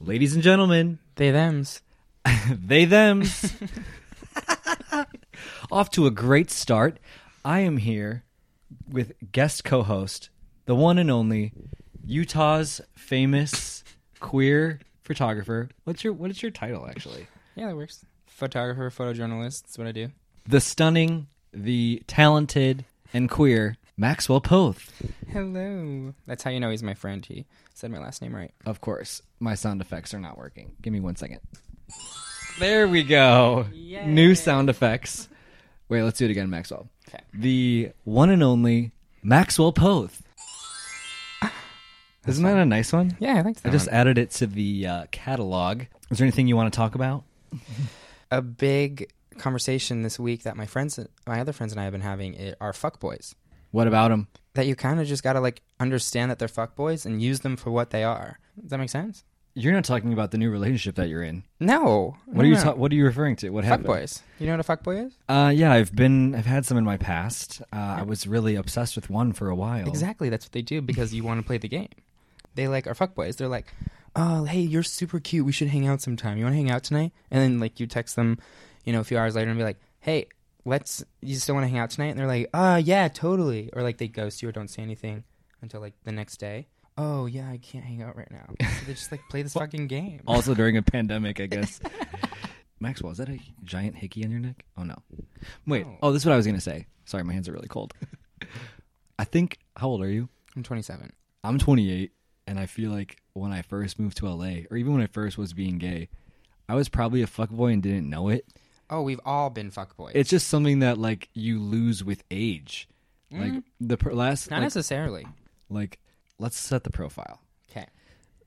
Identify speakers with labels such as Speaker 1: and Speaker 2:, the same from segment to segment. Speaker 1: ladies and gentlemen,
Speaker 2: They thems.
Speaker 1: they thems. Off to a great start. I am here with guest co-host, the one and only Utah's famous queer photographer. What's your what is your title actually?
Speaker 2: Yeah, that works. Photographer, photojournalist. That's what I do.
Speaker 1: The stunning, the talented and queer Maxwell Poth.
Speaker 2: Hello. That's how you know he's my friend. He said my last name right.
Speaker 1: Of course, my sound effects are not working. Give me one second. There we go. New sound effects. Wait, let's do it again, Maxwell.
Speaker 2: Okay.
Speaker 1: The one and only Maxwell Poth. Isn't that a nice one?
Speaker 2: Yeah, I liked that.
Speaker 1: I just added it to the uh, catalog. Is there anything you want to talk about?
Speaker 2: one. a big conversation this week that my friends, my other friends and I have been having i- are fuckboys.
Speaker 1: What about him?
Speaker 2: That you kind of just gotta like understand that they're fuckboys and use them for what they are. Does that make sense?
Speaker 1: You're not talking about the new relationship that you're in.
Speaker 2: No.
Speaker 1: What are you? Ta- what are you referring to? What happened?
Speaker 2: Fuckboys. You know what a fuckboy is?
Speaker 1: Uh, yeah, I've been. I've had some in my past. Uh, I was really obsessed with one for a while.
Speaker 2: Exactly, that's what they do because you want to play the game. They like are fuckboys. They're like, "Oh, hey, you're super cute. We should hang out sometime. You want to hang out tonight?" And then like you text them, you know, a few hours later and be like, "Hey, let's. You still want to hang out tonight?" And they're like, "Ah, yeah, totally." Or like they ghost you or don't say anything until like the next day. Oh yeah, I can't hang out right now. So they just like play this fucking game.
Speaker 1: also during a pandemic, I guess. Maxwell, is that a giant hickey on your neck? Oh no. Wait. Oh, this is what I was gonna say. Sorry, my hands are really cold. I think. How old are you?
Speaker 2: I'm 27.
Speaker 1: I'm 28, and I feel like when I first moved to LA, or even when I first was being gay, I was probably a fuckboy and didn't know it.
Speaker 2: Oh, we've all been fuckboys.
Speaker 1: It's just something that like you lose with age. Like the per- last,
Speaker 2: Mm. Not
Speaker 1: like,
Speaker 2: necessarily.
Speaker 1: like let's set the profile.
Speaker 2: Okay.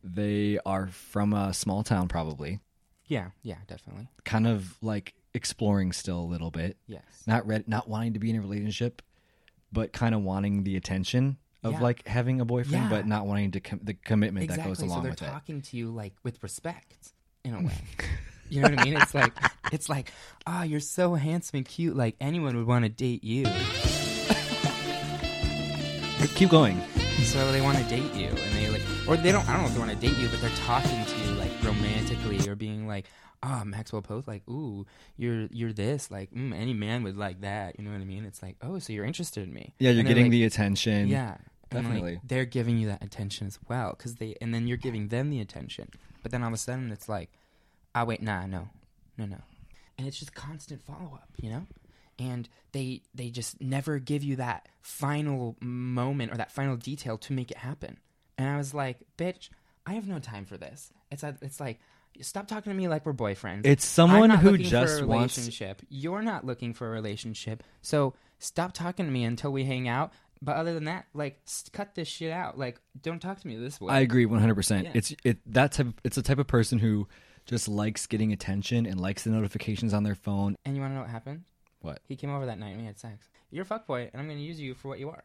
Speaker 1: They are from a small town, probably,
Speaker 2: Yeah. Yeah. Definitely.
Speaker 1: kind of like exploring still a little bit.
Speaker 2: Yes.
Speaker 1: not read not wanting to be in a relationship but kind of wanting the attention of
Speaker 2: Yeah.
Speaker 1: like having a boyfriend
Speaker 2: Yeah.
Speaker 1: but not wanting to com- the commitment that goes along
Speaker 2: so they're
Speaker 1: with it
Speaker 2: talking to you like with respect in a way. you know what I mean? It's like it's like, ah, you're so handsome and cute. Like anyone would want to date you,
Speaker 1: keep going
Speaker 2: so they want to date you, and they like, or they don't. I don't know if they want to date you, but they're talking to you like romantically or being like, ah, Maxwell Post, like, ooh, you're you're this, like, mm, any man would like that. You know what I mean? It's like, oh, so you're interested in me?
Speaker 1: yeah you're
Speaker 2: And they're
Speaker 1: getting
Speaker 2: like,
Speaker 1: the attention
Speaker 2: yeah. and, like,
Speaker 1: definitely.
Speaker 2: they're giving you that attention as well, because they, and then you're giving them the attention. But then all of a sudden, it's like, ah, wait, nah, no, no, no, and it's just constant follow up, you know. And they they just never give you that final moment or that final detail to make it happen. And I was like, bitch, I have no time for this. It's a, it's like, stop talking to me like we're boyfriends.
Speaker 1: it's
Speaker 2: I'm
Speaker 1: someone
Speaker 2: not
Speaker 1: who
Speaker 2: looking
Speaker 1: just
Speaker 2: for a
Speaker 1: wants
Speaker 2: relationship. You're not looking for a relationship, so stop talking to me until we hang out. But other than that, like, s- cut this shit out. Like, don't talk to me this way.
Speaker 1: i agree 100%
Speaker 2: Yeah.
Speaker 1: it's it that type it's the type of person who just likes getting attention and likes the notifications on their phone
Speaker 2: and you want to know what happened?
Speaker 1: What?
Speaker 2: He came over that night and we had sex. You're a fuckboy, and I'm going to use you for what you are.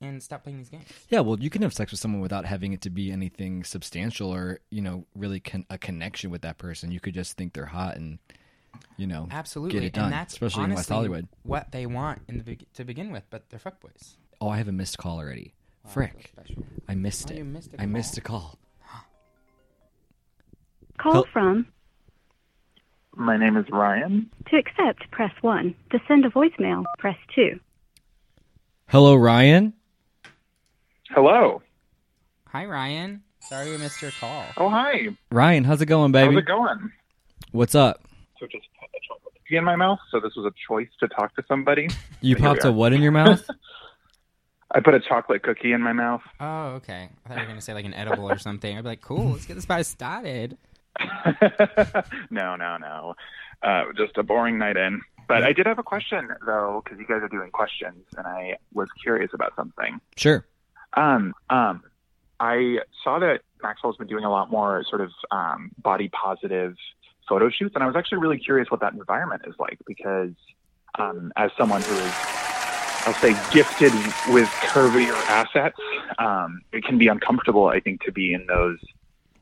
Speaker 2: And stop playing these games.
Speaker 1: yeah well you can have sex with someone without having it to be anything substantial or you know really con- a connection with that person you could just think they're hot and you know
Speaker 2: Absolutely,
Speaker 1: get it done
Speaker 2: and that's
Speaker 1: especially in west
Speaker 2: honestly
Speaker 1: hollywood
Speaker 2: what they want in the be- to begin with. But they're fuckboys.
Speaker 1: Oh, I have a missed call already. Frick.
Speaker 2: Special.
Speaker 1: I missed
Speaker 2: Oh,
Speaker 1: it.
Speaker 2: you missed a
Speaker 1: I
Speaker 2: call?
Speaker 1: missed a call.
Speaker 3: Call
Speaker 1: Hel-
Speaker 3: from
Speaker 4: My name is Ryan.
Speaker 3: to accept, press 1. To send a voicemail, press 2.
Speaker 1: Hello, Ryan.
Speaker 4: Hello.
Speaker 2: Hi, Ryan. Sorry we missed your call.
Speaker 4: Oh, hi.
Speaker 1: Ryan, how's it going, baby?
Speaker 4: How's it going?
Speaker 1: What's up?
Speaker 4: So just had a chocolate cookie in my mouth. So this was a choice to talk to somebody.
Speaker 1: You
Speaker 4: Here we
Speaker 1: popped a
Speaker 4: are.
Speaker 1: what in your mouth?
Speaker 4: I put a chocolate cookie in my mouth.
Speaker 2: Oh, okay. I thought you were going to say like an edible or something. I'd be like, cool, let's get this party started.
Speaker 4: no, no, no. Uh, just a boring night in. But I did have a question though, because you guys are doing questions, and I was curious about something.
Speaker 1: sure.
Speaker 4: Um, um, I saw that Maxwell's been doing a lot more sort of um, body positive photo shoots, and I was actually really curious what that environment is like because, um, as someone who is, I'll say, gifted with curvier assets, um, it can be uncomfortable, I think, to be in those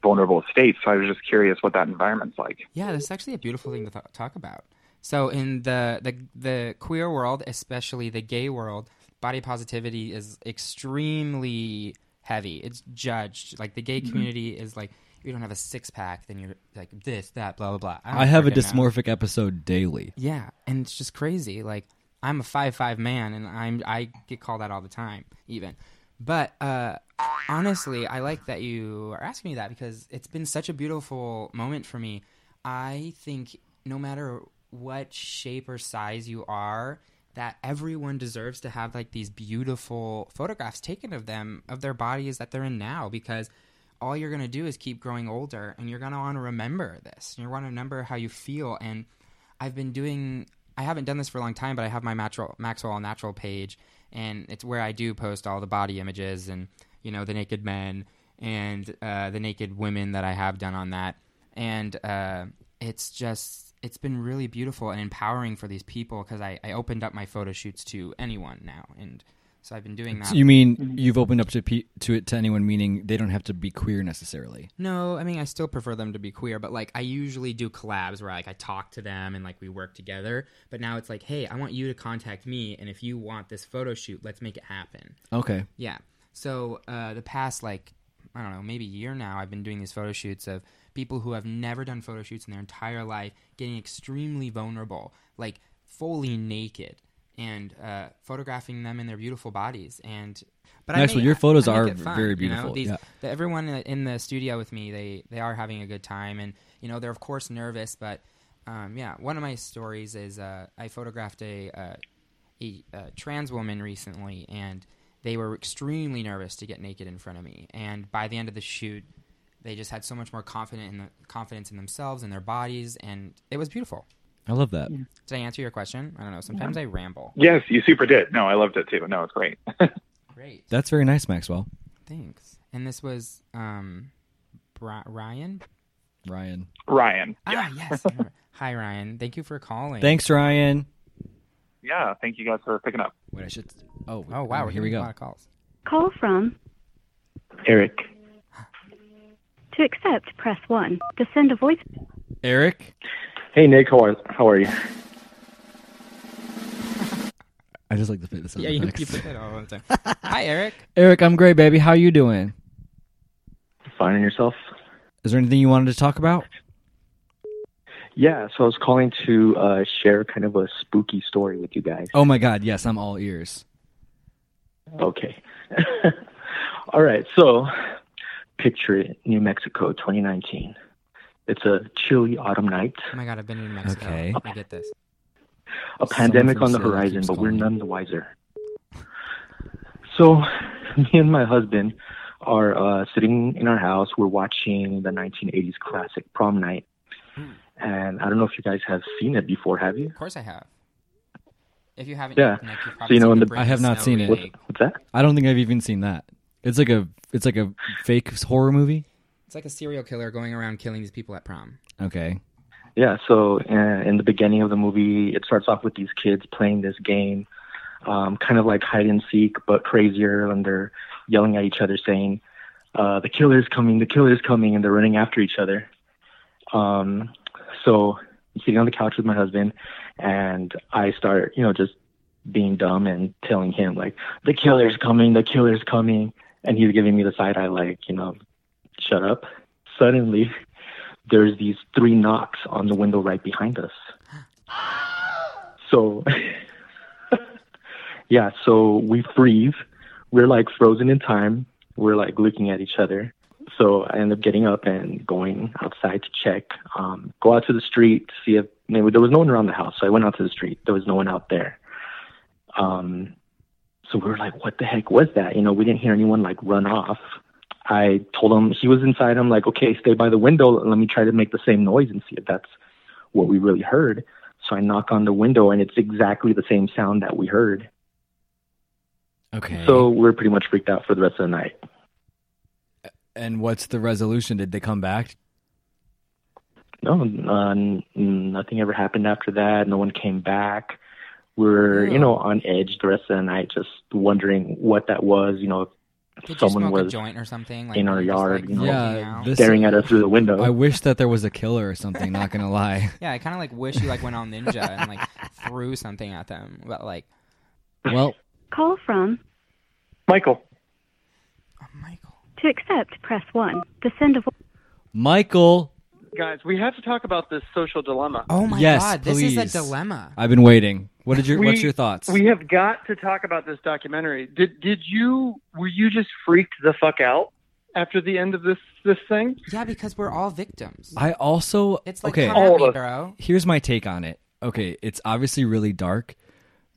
Speaker 4: vulnerable states. So I was just curious what that environment's like.
Speaker 2: Yeah, this is actually a beautiful thing to th- talk about. So in the, the the queer world, especially the gay world, body
Speaker 1: Mm-hmm.
Speaker 2: positivity is extremely heavy. It's judged. Like the gay community is like you don't have a six pack, then you're like this, that, blah blah blah. don't
Speaker 1: I have a
Speaker 2: freaking know.
Speaker 1: dysmorphic episode daily.
Speaker 2: Yeah, and it's just crazy. Like I'm a five five man, and I'm I get called that all the time, even. But uh, honestly, I like that you are asking me that because it's been such a beautiful moment for me. I think no matter what shape or size you are, that everyone deserves to have like these beautiful photographs taken of them of their bodies that they're in now because all you're going to do is keep growing older and you're going to want to remember this. You're going to remember how you feel and I've been doing I haven't done this for a long time, but I have my Matro- Maxwell All Natural page and it's where I do post all the body images and you know the naked men and uh, the naked women that I have done on that and uh, it's just it's been really beautiful and empowering for these people because I, I opened up my photo shoots to anyone now and so I've been doing that.
Speaker 1: So you mean you've opened up to pe- to it to anyone, meaning they don't have to be queer necessarily.
Speaker 2: No, I mean I still prefer them to be queer, but like I usually do collabs where like I talk to them and like we work together. But now it's like, hey, I want you to contact me, and if you want this photo shoot, let's make it happen.
Speaker 1: Okay,
Speaker 2: Yeah. So uh, the past like I don't know, maybe year now, I've been doing these photo shoots of people who have never done photo shoots in their entire life, getting extremely vulnerable, like fully naked, and uh, photographing them in their beautiful bodies. And but
Speaker 1: Maxwell,
Speaker 2: I make-
Speaker 1: your photos
Speaker 2: I make
Speaker 1: are
Speaker 2: it fun,
Speaker 1: very
Speaker 2: you know?
Speaker 1: beautiful,
Speaker 2: These-
Speaker 1: yeah.
Speaker 2: the- everyone in the studio with me, they they are having a good time, and you know they're of course nervous, but um, yeah. One of my stories is uh, I photographed a uh, a, a trans woman recently, and they were extremely nervous to get naked in front of me. And by the end of the shoot, they just had so much more confident in the, confidence in themselves and their bodies, and it was beautiful.
Speaker 1: I love that.
Speaker 2: Did I answer your question? I don't know. Sometimes I ramble.
Speaker 4: Yes, you super did. No, I loved it too. No, it's great.
Speaker 2: Great.
Speaker 1: That's very nice, Maxwell.
Speaker 2: Thanks. And this was um, Bri- Ryan.
Speaker 1: Ryan,
Speaker 4: Ryan.
Speaker 2: Ah, yes. I remember. Hi, Ryan. Thank you for calling.
Speaker 1: thanks, Ryan.
Speaker 4: Yeah, thank you guys for picking up.
Speaker 1: Wait, I should. Oh,
Speaker 2: Oh wow, we're
Speaker 1: Here we
Speaker 2: getting A
Speaker 1: go.
Speaker 2: lot of calls.
Speaker 3: Call from
Speaker 5: Eric.
Speaker 3: to accept, press 1. To send a voice
Speaker 1: Eric,
Speaker 5: Hey Nick, how are, how are you?
Speaker 1: I just like to fit this on.
Speaker 2: Yeah, you keep it all the time. Hi, Eric.
Speaker 1: Eric, I'm great, baby. How you doing?
Speaker 5: Finding yourself?
Speaker 1: Is there anything you wanted to talk about?
Speaker 5: Yeah, so I was calling to uh, share kind of a spooky story with you guys.
Speaker 1: Oh my God, yes, I'm all ears.
Speaker 5: Okay. All right, so picture it New Mexico 2019. It's a chilly autumn night,
Speaker 2: Oh my God, I've been in Mexico.
Speaker 1: Okay.
Speaker 2: I get this.
Speaker 5: a
Speaker 1: Someone
Speaker 5: pandemic
Speaker 1: from
Speaker 5: on the
Speaker 1: Salem
Speaker 5: horizon,
Speaker 1: keeps
Speaker 5: but we're
Speaker 1: calling.
Speaker 5: none the wiser. So, me and my husband are uh, sitting in our house. We're watching the 1980s classic Prom Night.
Speaker 1: Hmm.
Speaker 5: And I don't know if you guys have seen it before, have you?
Speaker 2: Of course, I have. If you haven't,
Speaker 5: Yeah.
Speaker 2: Nick, you've
Speaker 5: So,
Speaker 2: probably
Speaker 5: you know,
Speaker 2: seen
Speaker 5: in
Speaker 2: the
Speaker 5: the-
Speaker 1: I have
Speaker 2: Britney
Speaker 1: not
Speaker 2: Snow
Speaker 1: seen it.
Speaker 5: What,
Speaker 2: remake.
Speaker 5: what's that?
Speaker 1: I don't think I've even seen that. It's like a it's like a fake horror movie.
Speaker 2: It's like a serial killer going around killing these people at prom.
Speaker 1: Okay.
Speaker 5: Yeah, so uh, in the beginning of the movie, it starts off with these kids playing this game, um, kind of like hide and seek, but crazier, and they're yelling at each other, saying, uh, "The killer's coming! The killer's coming!" and they're running after each other. Um, so I'm sitting on the couch with my husband, and I start, you know, just being dumb and telling him like, "The killer's coming! The killer's coming!" and he's giving me the side eye, like, you know, shut up. Suddenly there's these three knocks on the window right behind us. So, yeah, so we freeze. We're like frozen in time. We're like looking at each other. So I end up getting up and going outside to check, um, go out to the street, see if I mean, there was no one around the house. So I went out to the street. There was no one out there. Um, so we were like, what the heck was that? You know, we didn't hear anyone like run off. I told him he was inside. I'm like, okay, stay by the window. Let me try to make the same noise and see if that's what we really heard. So I knock on the window, and it's exactly the same sound that we heard.
Speaker 1: Okay.
Speaker 5: So we're pretty much freaked out for the rest of the night.
Speaker 1: and what's the resolution? Did they come back?
Speaker 5: No, uh, n- nothing ever happened after that. No one came back. We're, you know, on edge the rest of the night, just wondering what that was. You know,
Speaker 2: Did
Speaker 5: Someone
Speaker 2: you smoke a
Speaker 5: was
Speaker 2: joint or something?
Speaker 5: in our
Speaker 2: you're just,
Speaker 5: yard,
Speaker 2: like,
Speaker 5: you know.
Speaker 2: looking
Speaker 1: Yeah,
Speaker 2: out?
Speaker 1: this-
Speaker 5: staring at us through the window.
Speaker 1: I wish that there was a killer or something. Not gonna lie.
Speaker 2: yeah. I kind of like wish you like went all ninja and like threw something at them, but like,
Speaker 1: Well,
Speaker 3: call from
Speaker 4: Michael.
Speaker 2: oh, Michael.
Speaker 3: to accept, press 1. To send a voice
Speaker 1: Michael,
Speaker 6: Guys, we have to talk about this social dilemma.
Speaker 2: Oh my
Speaker 1: Yes,
Speaker 2: god, this is a
Speaker 1: please.
Speaker 2: dilemma.
Speaker 1: I've been waiting. What did your
Speaker 6: We-
Speaker 1: What's your thoughts?
Speaker 6: We have got to talk about this documentary. Did did you were you just freaked the fuck out after the end of this this thing?
Speaker 2: Yeah, because we're all victims.
Speaker 1: I also
Speaker 2: it's like
Speaker 1: okay.
Speaker 2: come at
Speaker 6: All
Speaker 2: me,
Speaker 6: of us.
Speaker 2: bro.
Speaker 1: here's my take on it. Okay, it's obviously really dark,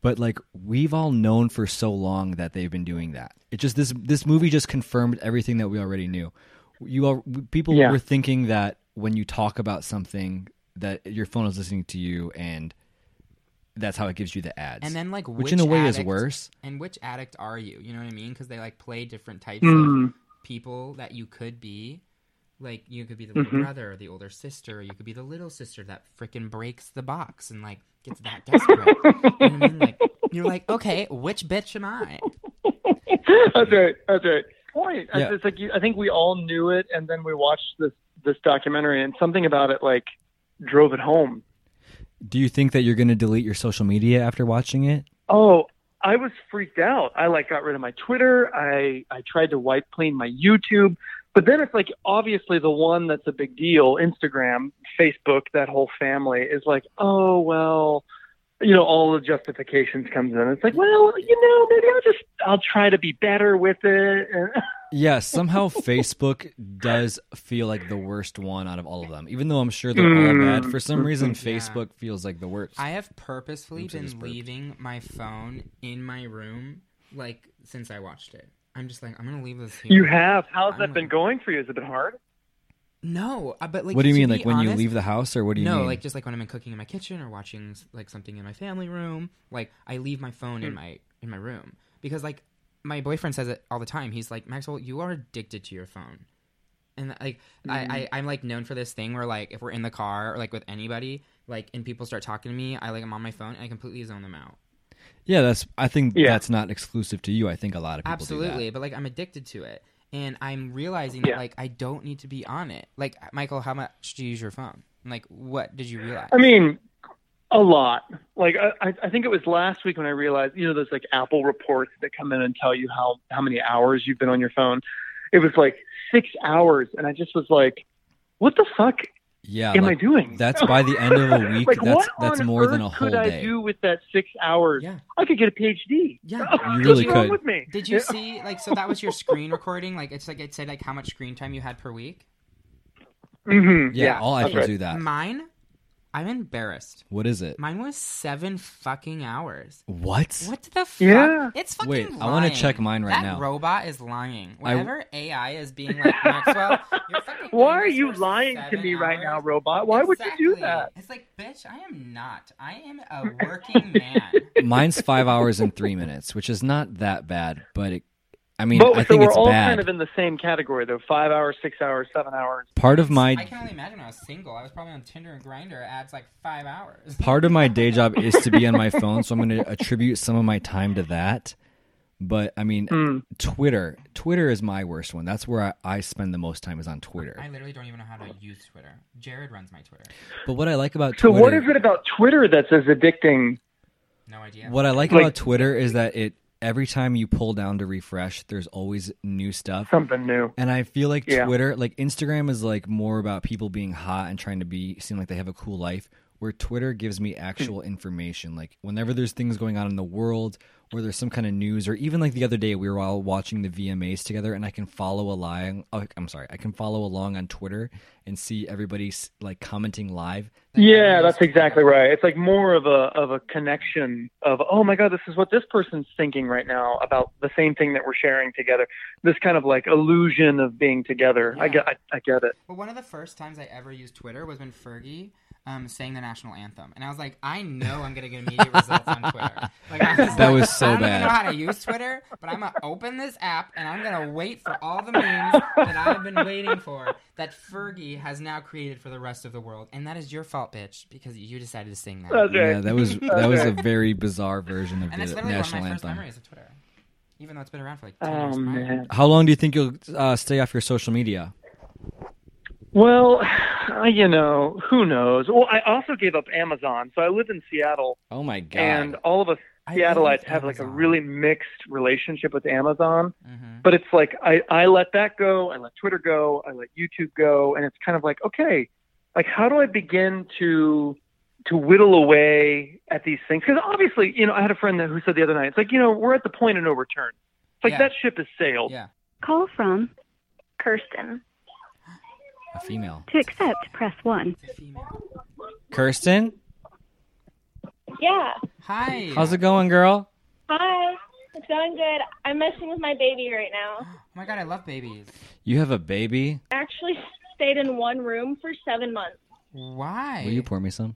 Speaker 1: but like we've all known for so long that they've been doing that. It just this this movie just confirmed everything that we already knew. You all people
Speaker 6: Yeah.
Speaker 1: were thinking that when you talk about something that your phone is listening to you and that's how it gives you the ads.
Speaker 2: And then like
Speaker 1: which
Speaker 2: which
Speaker 1: in a way is
Speaker 2: addict-
Speaker 1: worse.
Speaker 2: And which addict are you? You know what I mean? Because they like play different types of people that you could be. Like you could be the little brother or the older sister, or you could be the little sister that freaking breaks the box and like gets that desperate. you know what I mean? Like you're like, okay, which bitch am I?
Speaker 6: that's right. That's right. Point.
Speaker 1: Yeah.
Speaker 6: It's like you, I think we all knew it, and then we watched this this documentary, and something about it like drove it home.
Speaker 1: Do you think that you're going to delete your social media after watching it?
Speaker 6: Oh, I was freaked out. I like got rid of my Twitter. I I tried to wipe clean my YouTube, but then it's like obviously the one that's a big deal, Instagram, Facebook, that whole family is like, oh well, you know, all the justifications comes in. It's like, well, you know, maybe I'll just I'll try to be better with it. And
Speaker 1: Yeah, somehow Facebook does feel like the worst one out of all of them. Even though I'm sure they're all
Speaker 6: Mm.
Speaker 1: bad, for some reason
Speaker 2: Yeah.
Speaker 1: Facebook feels like the worst.
Speaker 2: I have purposefully
Speaker 1: Oops, I just
Speaker 2: been
Speaker 1: burped.
Speaker 2: leaving my phone in my room like since I watched it. I'm just like, I'm gonna leave this here.
Speaker 6: you have how's
Speaker 2: I'm-
Speaker 6: that been going for you? Has it been hard?
Speaker 2: No, uh, but like,
Speaker 1: what do you
Speaker 2: to
Speaker 1: mean,
Speaker 2: be
Speaker 1: like when you
Speaker 2: honest-
Speaker 1: leave the house, or what do you
Speaker 2: no,
Speaker 1: mean?
Speaker 2: like just like when I'm cooking in my kitchen or watching s- like something in my family room, like I leave my phone
Speaker 6: Hmm.
Speaker 2: in my in my room because like my boyfriend says it all the time. He's like, Maxwell, you are addicted to your phone, and like
Speaker 6: Hmm.
Speaker 2: I, I I'm like known for this thing where like if we're in the car or like with anybody, like and people start talking to me, I like I'm on my phone and I completely zone them out.
Speaker 1: yeah, that's. I think
Speaker 6: Yeah.
Speaker 1: that's not exclusive to you. I think a lot of people
Speaker 2: Absolutely,
Speaker 1: do
Speaker 2: but like I'm addicted to it, and I'm realizing that
Speaker 6: Yeah.
Speaker 2: like I don't need to be on it. Like Michael, how much do you use your phone? Like what did you realize?
Speaker 6: I mean, a lot. Like uh, I, I- I think it was last week when I realized, you know, those like Apple reports that come in and tell you how how many hours you've been on your phone. It was like six hours, and I just was like, "What the fuck
Speaker 1: that. Yeah,
Speaker 6: am
Speaker 1: like,
Speaker 6: I doing?"
Speaker 1: that's by the end of a week.
Speaker 6: like,
Speaker 1: that's
Speaker 6: what
Speaker 1: that's
Speaker 6: on
Speaker 1: more than
Speaker 6: earth
Speaker 1: a whole
Speaker 6: could I
Speaker 1: day.
Speaker 6: do with that six hours?
Speaker 2: Yeah.
Speaker 6: I could get a PhD.
Speaker 2: Yeah.
Speaker 1: You
Speaker 6: What's
Speaker 1: really
Speaker 6: wrong
Speaker 1: could.
Speaker 6: with me?
Speaker 2: Did you
Speaker 6: Yeah.
Speaker 2: see like so that was your screen recording? Like it's like it said like how much screen time you had per week.
Speaker 7: Mm-hmm.
Speaker 6: Mhm.
Speaker 1: yeah, all
Speaker 6: that's
Speaker 1: Apple
Speaker 6: right.
Speaker 1: do that.
Speaker 2: Mine, I'm embarrassed.
Speaker 1: What is it?
Speaker 2: Mine was seven fucking hours.
Speaker 1: What?
Speaker 2: What the fuck?
Speaker 6: Yeah.
Speaker 2: It's fucking
Speaker 1: Wait, I
Speaker 2: want
Speaker 1: wanna check mine right
Speaker 2: that
Speaker 1: now.
Speaker 2: robot is lying. Whatever AI is being like, Maxwell, you're fucking
Speaker 6: Why
Speaker 2: doing
Speaker 6: are
Speaker 2: this
Speaker 6: you
Speaker 2: for
Speaker 6: lying to
Speaker 2: seven
Speaker 6: me right now,
Speaker 2: hours?
Speaker 6: robot? Why would you do
Speaker 2: Exactly.
Speaker 6: that?
Speaker 2: It's like, bitch, I am not. I am a working man.
Speaker 1: Mine's five hours and three minutes, which is not that bad, but it, I mean,
Speaker 6: but
Speaker 1: I
Speaker 6: so
Speaker 1: think
Speaker 6: we're
Speaker 1: it's
Speaker 6: all
Speaker 1: bad.
Speaker 6: kind of in the same category, though: five hours, six hours, seven hours.
Speaker 1: Part of my
Speaker 2: I can only imagine when I was single. I was probably on Tinder and Grinder ads like five hours.
Speaker 1: part of my day job is to be on my phone, so I'm going to attribute some of my time to that. But I mean,
Speaker 6: Hmm.
Speaker 1: Twitter. Twitter is my worst one. That's where I, I spend the most time is on
Speaker 2: I
Speaker 1: Twitter.
Speaker 2: literally don't even know how to use Twitter. Jared runs my Twitter.
Speaker 1: But what I like about
Speaker 6: So,
Speaker 1: Twitter,
Speaker 6: what is it about Twitter that's as addicting?
Speaker 2: No idea.
Speaker 1: what I like,
Speaker 6: like-
Speaker 1: about Twitter is that it every time you pull down to refresh, there's always new stuff.
Speaker 6: Something new.
Speaker 1: And I feel like
Speaker 6: Yeah.
Speaker 1: Twitter, like Instagram, is like more about people being hot and trying to be seem like they have a cool life. Where Twitter gives me actual
Speaker 6: Hmm.
Speaker 1: information, like whenever there's things going on in the world, or there's some kind of news, or even like the other day we were all watching the VMAs together, and I can follow along. Oh, I'm sorry, I can follow along on Twitter and see everybody s- like commenting live.
Speaker 6: Yeah, that's exactly right. It's like more of a of a connection of oh my god, this is what this person's thinking right now about the same thing that we're sharing together. This kind of like illusion of being together. I
Speaker 2: Yeah.
Speaker 6: get I, I get it.
Speaker 2: Well, one of the first times I ever used Twitter was when Fergie um, sang the national anthem, and I was like, I know I'm gonna get immediate results on Twitter. Like, I
Speaker 1: That
Speaker 2: like,
Speaker 1: was so
Speaker 2: I don't
Speaker 1: bad.
Speaker 2: even know how to use Twitter, but I'm gonna open this app and I'm gonna wait for all the memes that I've been waiting for that Fergie has now created for the rest of the world, and that is your fault, bitch, because you decided to sing that.
Speaker 6: That's right.
Speaker 1: Yeah, that was that was a very bizarre version of
Speaker 2: and that's
Speaker 1: the
Speaker 2: literally one of my
Speaker 1: national
Speaker 2: first
Speaker 1: anthem.
Speaker 2: memories of Twitter, even though it's been around for like ten
Speaker 6: Oh
Speaker 2: years. prior.
Speaker 6: man.
Speaker 1: How long do you think you'll uh, stay off your social media?
Speaker 6: Well, you know, who knows? Well, I also gave up Amazon, so I live in Seattle,
Speaker 1: Oh my god!
Speaker 6: and all of a
Speaker 2: I love
Speaker 6: Seattleites have like a
Speaker 2: Amazon.
Speaker 6: really mixed relationship with Amazon,
Speaker 2: Mhm.
Speaker 6: but it's like I, I let that go, I let Twitter go, I let YouTube go, and it's kind of like okay, like how do I begin to to whittle away at these things? Because obviously, you know, I had a friend that, who said the other night, it's like you know we're at the point of no return. It's like
Speaker 2: Yeah.
Speaker 6: that ship has sailed.
Speaker 2: Yeah.
Speaker 3: Call from
Speaker 8: Kirsten.
Speaker 1: A female.
Speaker 3: to accept press 1.
Speaker 2: It's a female.
Speaker 1: Kirsten,
Speaker 8: Yeah.
Speaker 2: Hi.
Speaker 1: how's it going, girl?
Speaker 8: Hi. It's going good. I'm messing with my baby right now.
Speaker 2: Oh my god, I love babies.
Speaker 1: You have a baby.
Speaker 8: I actually stayed in one room for seven months
Speaker 2: Why?
Speaker 1: Will you pour me some?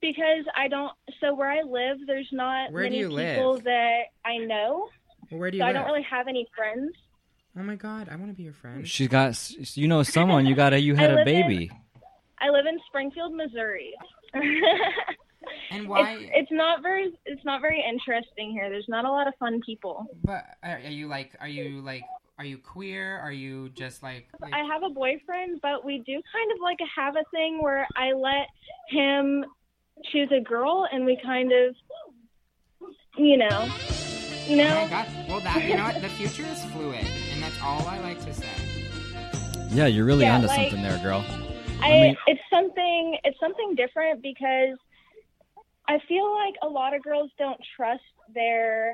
Speaker 8: because I don't. So where I live, there's not
Speaker 2: Where do
Speaker 8: many
Speaker 2: you live?
Speaker 8: people that I know,
Speaker 2: Where do
Speaker 8: so
Speaker 2: you
Speaker 8: I
Speaker 2: live?
Speaker 8: don't really have any friends.
Speaker 2: Oh my god, I want to be your friend.
Speaker 1: She got. s- You know someone. You got a. You had
Speaker 8: I
Speaker 1: a
Speaker 8: live in-
Speaker 1: baby.
Speaker 8: I live in Springfield, Missouri.
Speaker 2: And why?
Speaker 8: It's, it's not very. It's not very interesting here. There's not a lot of fun people.
Speaker 2: but are, are you like? Are you like? Are you queer? Are you just like? like-
Speaker 8: I have a boyfriend, but we do kind of like have a thing where I let him choose a girl, and we kind of, you know, you
Speaker 2: Oh my
Speaker 8: know,
Speaker 2: god. Well, that you know what? The future is fluid, and that's all I like to say.
Speaker 1: Yeah, you're really
Speaker 8: Yeah,
Speaker 1: onto
Speaker 8: like-
Speaker 1: something there, girl.
Speaker 8: I
Speaker 1: mean-
Speaker 8: it's something it's something different because I feel like a lot of girls don't trust their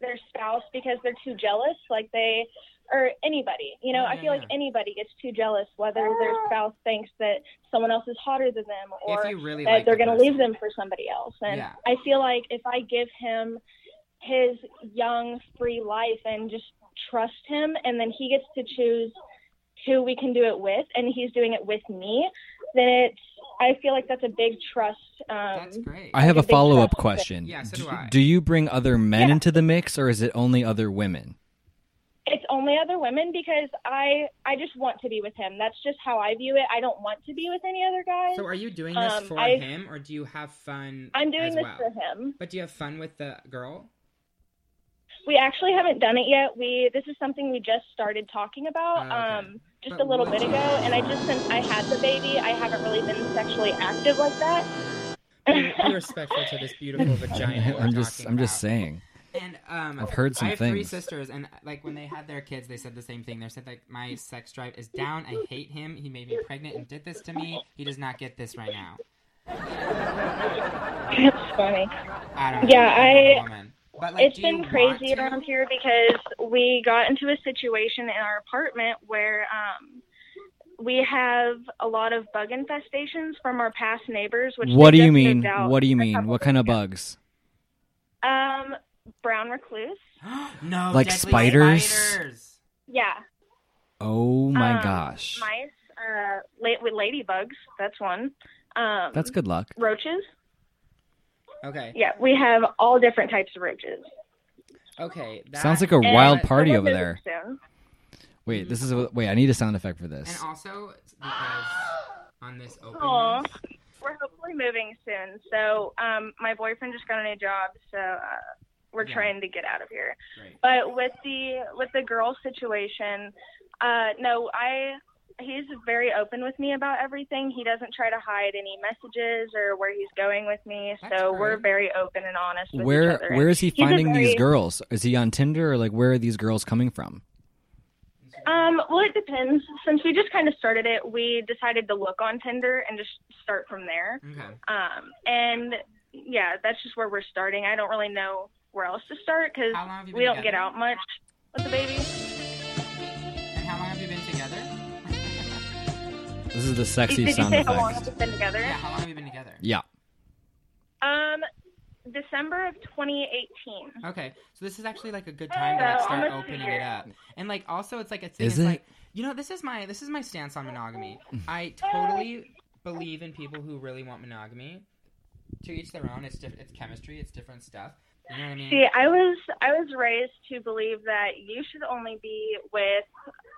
Speaker 8: their spouse because they're too jealous, like they or anybody. You know,
Speaker 2: Yeah,
Speaker 8: I
Speaker 2: yeah,
Speaker 8: feel like
Speaker 2: yeah.
Speaker 8: anybody gets too jealous whether their spouse thinks that someone else is hotter than them or
Speaker 2: if you really
Speaker 8: that
Speaker 2: like,
Speaker 8: they're
Speaker 2: the
Speaker 8: going to
Speaker 2: person.
Speaker 8: leave them for somebody else. And
Speaker 2: Yeah.
Speaker 8: I feel like if I give him his young, free life and just trust him, and then he gets to choose who we can do it with, and he's doing it with me, then it's, I feel like that's a big trust. Um,
Speaker 2: That's great.
Speaker 1: I have
Speaker 8: a
Speaker 1: a
Speaker 8: big
Speaker 1: follow up
Speaker 8: problem.
Speaker 1: question.
Speaker 2: Yeah, so do
Speaker 1: do,
Speaker 2: I.
Speaker 1: do you bring other men
Speaker 8: Yeah.
Speaker 1: into the mix, or is it only other women?
Speaker 8: it's only other women because I, I just want to be with him. That's just how I view it. I don't want to be with any other guys.
Speaker 2: so, are you doing this
Speaker 8: Um,
Speaker 2: for
Speaker 8: I-
Speaker 2: him, or do you have fun?
Speaker 8: I'm doing
Speaker 2: as
Speaker 8: this
Speaker 2: well?
Speaker 8: for him.
Speaker 2: But do you have fun with the girl?
Speaker 8: We actually haven't done it yet. We this is something we just started talking about
Speaker 2: Oh, okay.
Speaker 8: um, just
Speaker 2: But
Speaker 8: a little
Speaker 2: what-
Speaker 8: bit ago, and I just since I had the baby, I haven't really been sexually active like that.
Speaker 2: Be, be respectful to this beautiful vagina. we're
Speaker 1: I'm just.
Speaker 2: talking
Speaker 1: I'm just
Speaker 2: about.
Speaker 1: saying.
Speaker 2: And um,
Speaker 1: I've heard some
Speaker 2: I have three
Speaker 1: things.
Speaker 2: sisters, and like when they had their kids, they said the same thing. They said like, "My sex drive is down. I hate him. He made me pregnant and did this to me. He does not get this right now."
Speaker 8: It's funny.
Speaker 2: I don't.
Speaker 8: Yeah,
Speaker 2: know. I'm a
Speaker 8: I-
Speaker 2: Woman. But like,
Speaker 8: it's
Speaker 2: do you
Speaker 8: been
Speaker 2: want
Speaker 8: crazy
Speaker 2: to?
Speaker 8: around here because we got into a situation in our apartment where um, we have a lot of bug infestations from our past neighbors. Which
Speaker 1: What
Speaker 8: they
Speaker 1: do you
Speaker 8: just
Speaker 1: mean?
Speaker 8: moved out
Speaker 1: What do you
Speaker 8: a
Speaker 1: mean?
Speaker 8: couple
Speaker 1: What kind of
Speaker 8: weeks
Speaker 1: bugs?
Speaker 8: ago. Um, brown recluse.
Speaker 2: no,
Speaker 1: Like
Speaker 2: deadly
Speaker 1: spiders?
Speaker 2: spiders.
Speaker 8: Yeah.
Speaker 1: Oh my
Speaker 8: Um,
Speaker 1: gosh.
Speaker 8: mice, uh, la- with ladybugs. That's one. Um,
Speaker 1: That's good luck.
Speaker 8: Roaches.
Speaker 2: Okay.
Speaker 8: Yeah, we have all different types of roaches.
Speaker 2: Okay. That,
Speaker 1: Sounds like a
Speaker 8: And
Speaker 1: wild
Speaker 8: we're
Speaker 1: party over
Speaker 8: moving
Speaker 1: there.
Speaker 8: soon.
Speaker 1: Wait, this is
Speaker 8: hmm.
Speaker 1: a, wait. I need a sound effect for
Speaker 2: And
Speaker 1: this.
Speaker 2: also because on this open.
Speaker 8: Aw. We're hopefully moving soon. So um, my boyfriend just got a new job, so uh, we're
Speaker 2: Yeah.
Speaker 8: trying to get out of here.
Speaker 2: Great.
Speaker 8: But with the with the girl situation, uh, no, I he's very open with me about everything. He doesn't try to hide any messages or where he's going with me.
Speaker 2: That's
Speaker 8: so we're
Speaker 2: great.
Speaker 8: very open and honest. With each
Speaker 1: Where
Speaker 8: other.
Speaker 1: where is he
Speaker 8: He's a
Speaker 1: finding these
Speaker 8: very-
Speaker 1: girls? Is he on Tinder or like where are these girls coming from?
Speaker 8: Um, well, it depends. Since we just kind of started it, we decided to look on Tinder and just start from there.
Speaker 2: Okay.
Speaker 8: Um, and yeah, that's just where we're starting. I don't really know where else to start because
Speaker 2: How long have you been
Speaker 8: we don't
Speaker 2: together?
Speaker 8: get out much with the baby.
Speaker 2: And how long have you been together?
Speaker 1: This is the sexy
Speaker 8: Did you
Speaker 1: sound
Speaker 8: say how long
Speaker 1: effect.
Speaker 8: we've been together?
Speaker 2: yeah. How long have you been together?
Speaker 1: Yeah.
Speaker 8: Um, December of 2018.
Speaker 2: Okay, so this is actually like a good time to like
Speaker 8: Oh,
Speaker 2: start
Speaker 8: almost a
Speaker 2: opening
Speaker 8: year.
Speaker 2: it up, and like also it's like a thing.
Speaker 1: Is
Speaker 2: it's
Speaker 1: it?
Speaker 2: like you know this is my this is my stance on monogamy. I totally believe in people who really want monogamy. To each their own. It's diff- it's chemistry. It's different stuff. You know what I mean?
Speaker 8: See, I was I was raised to believe that you should only be with.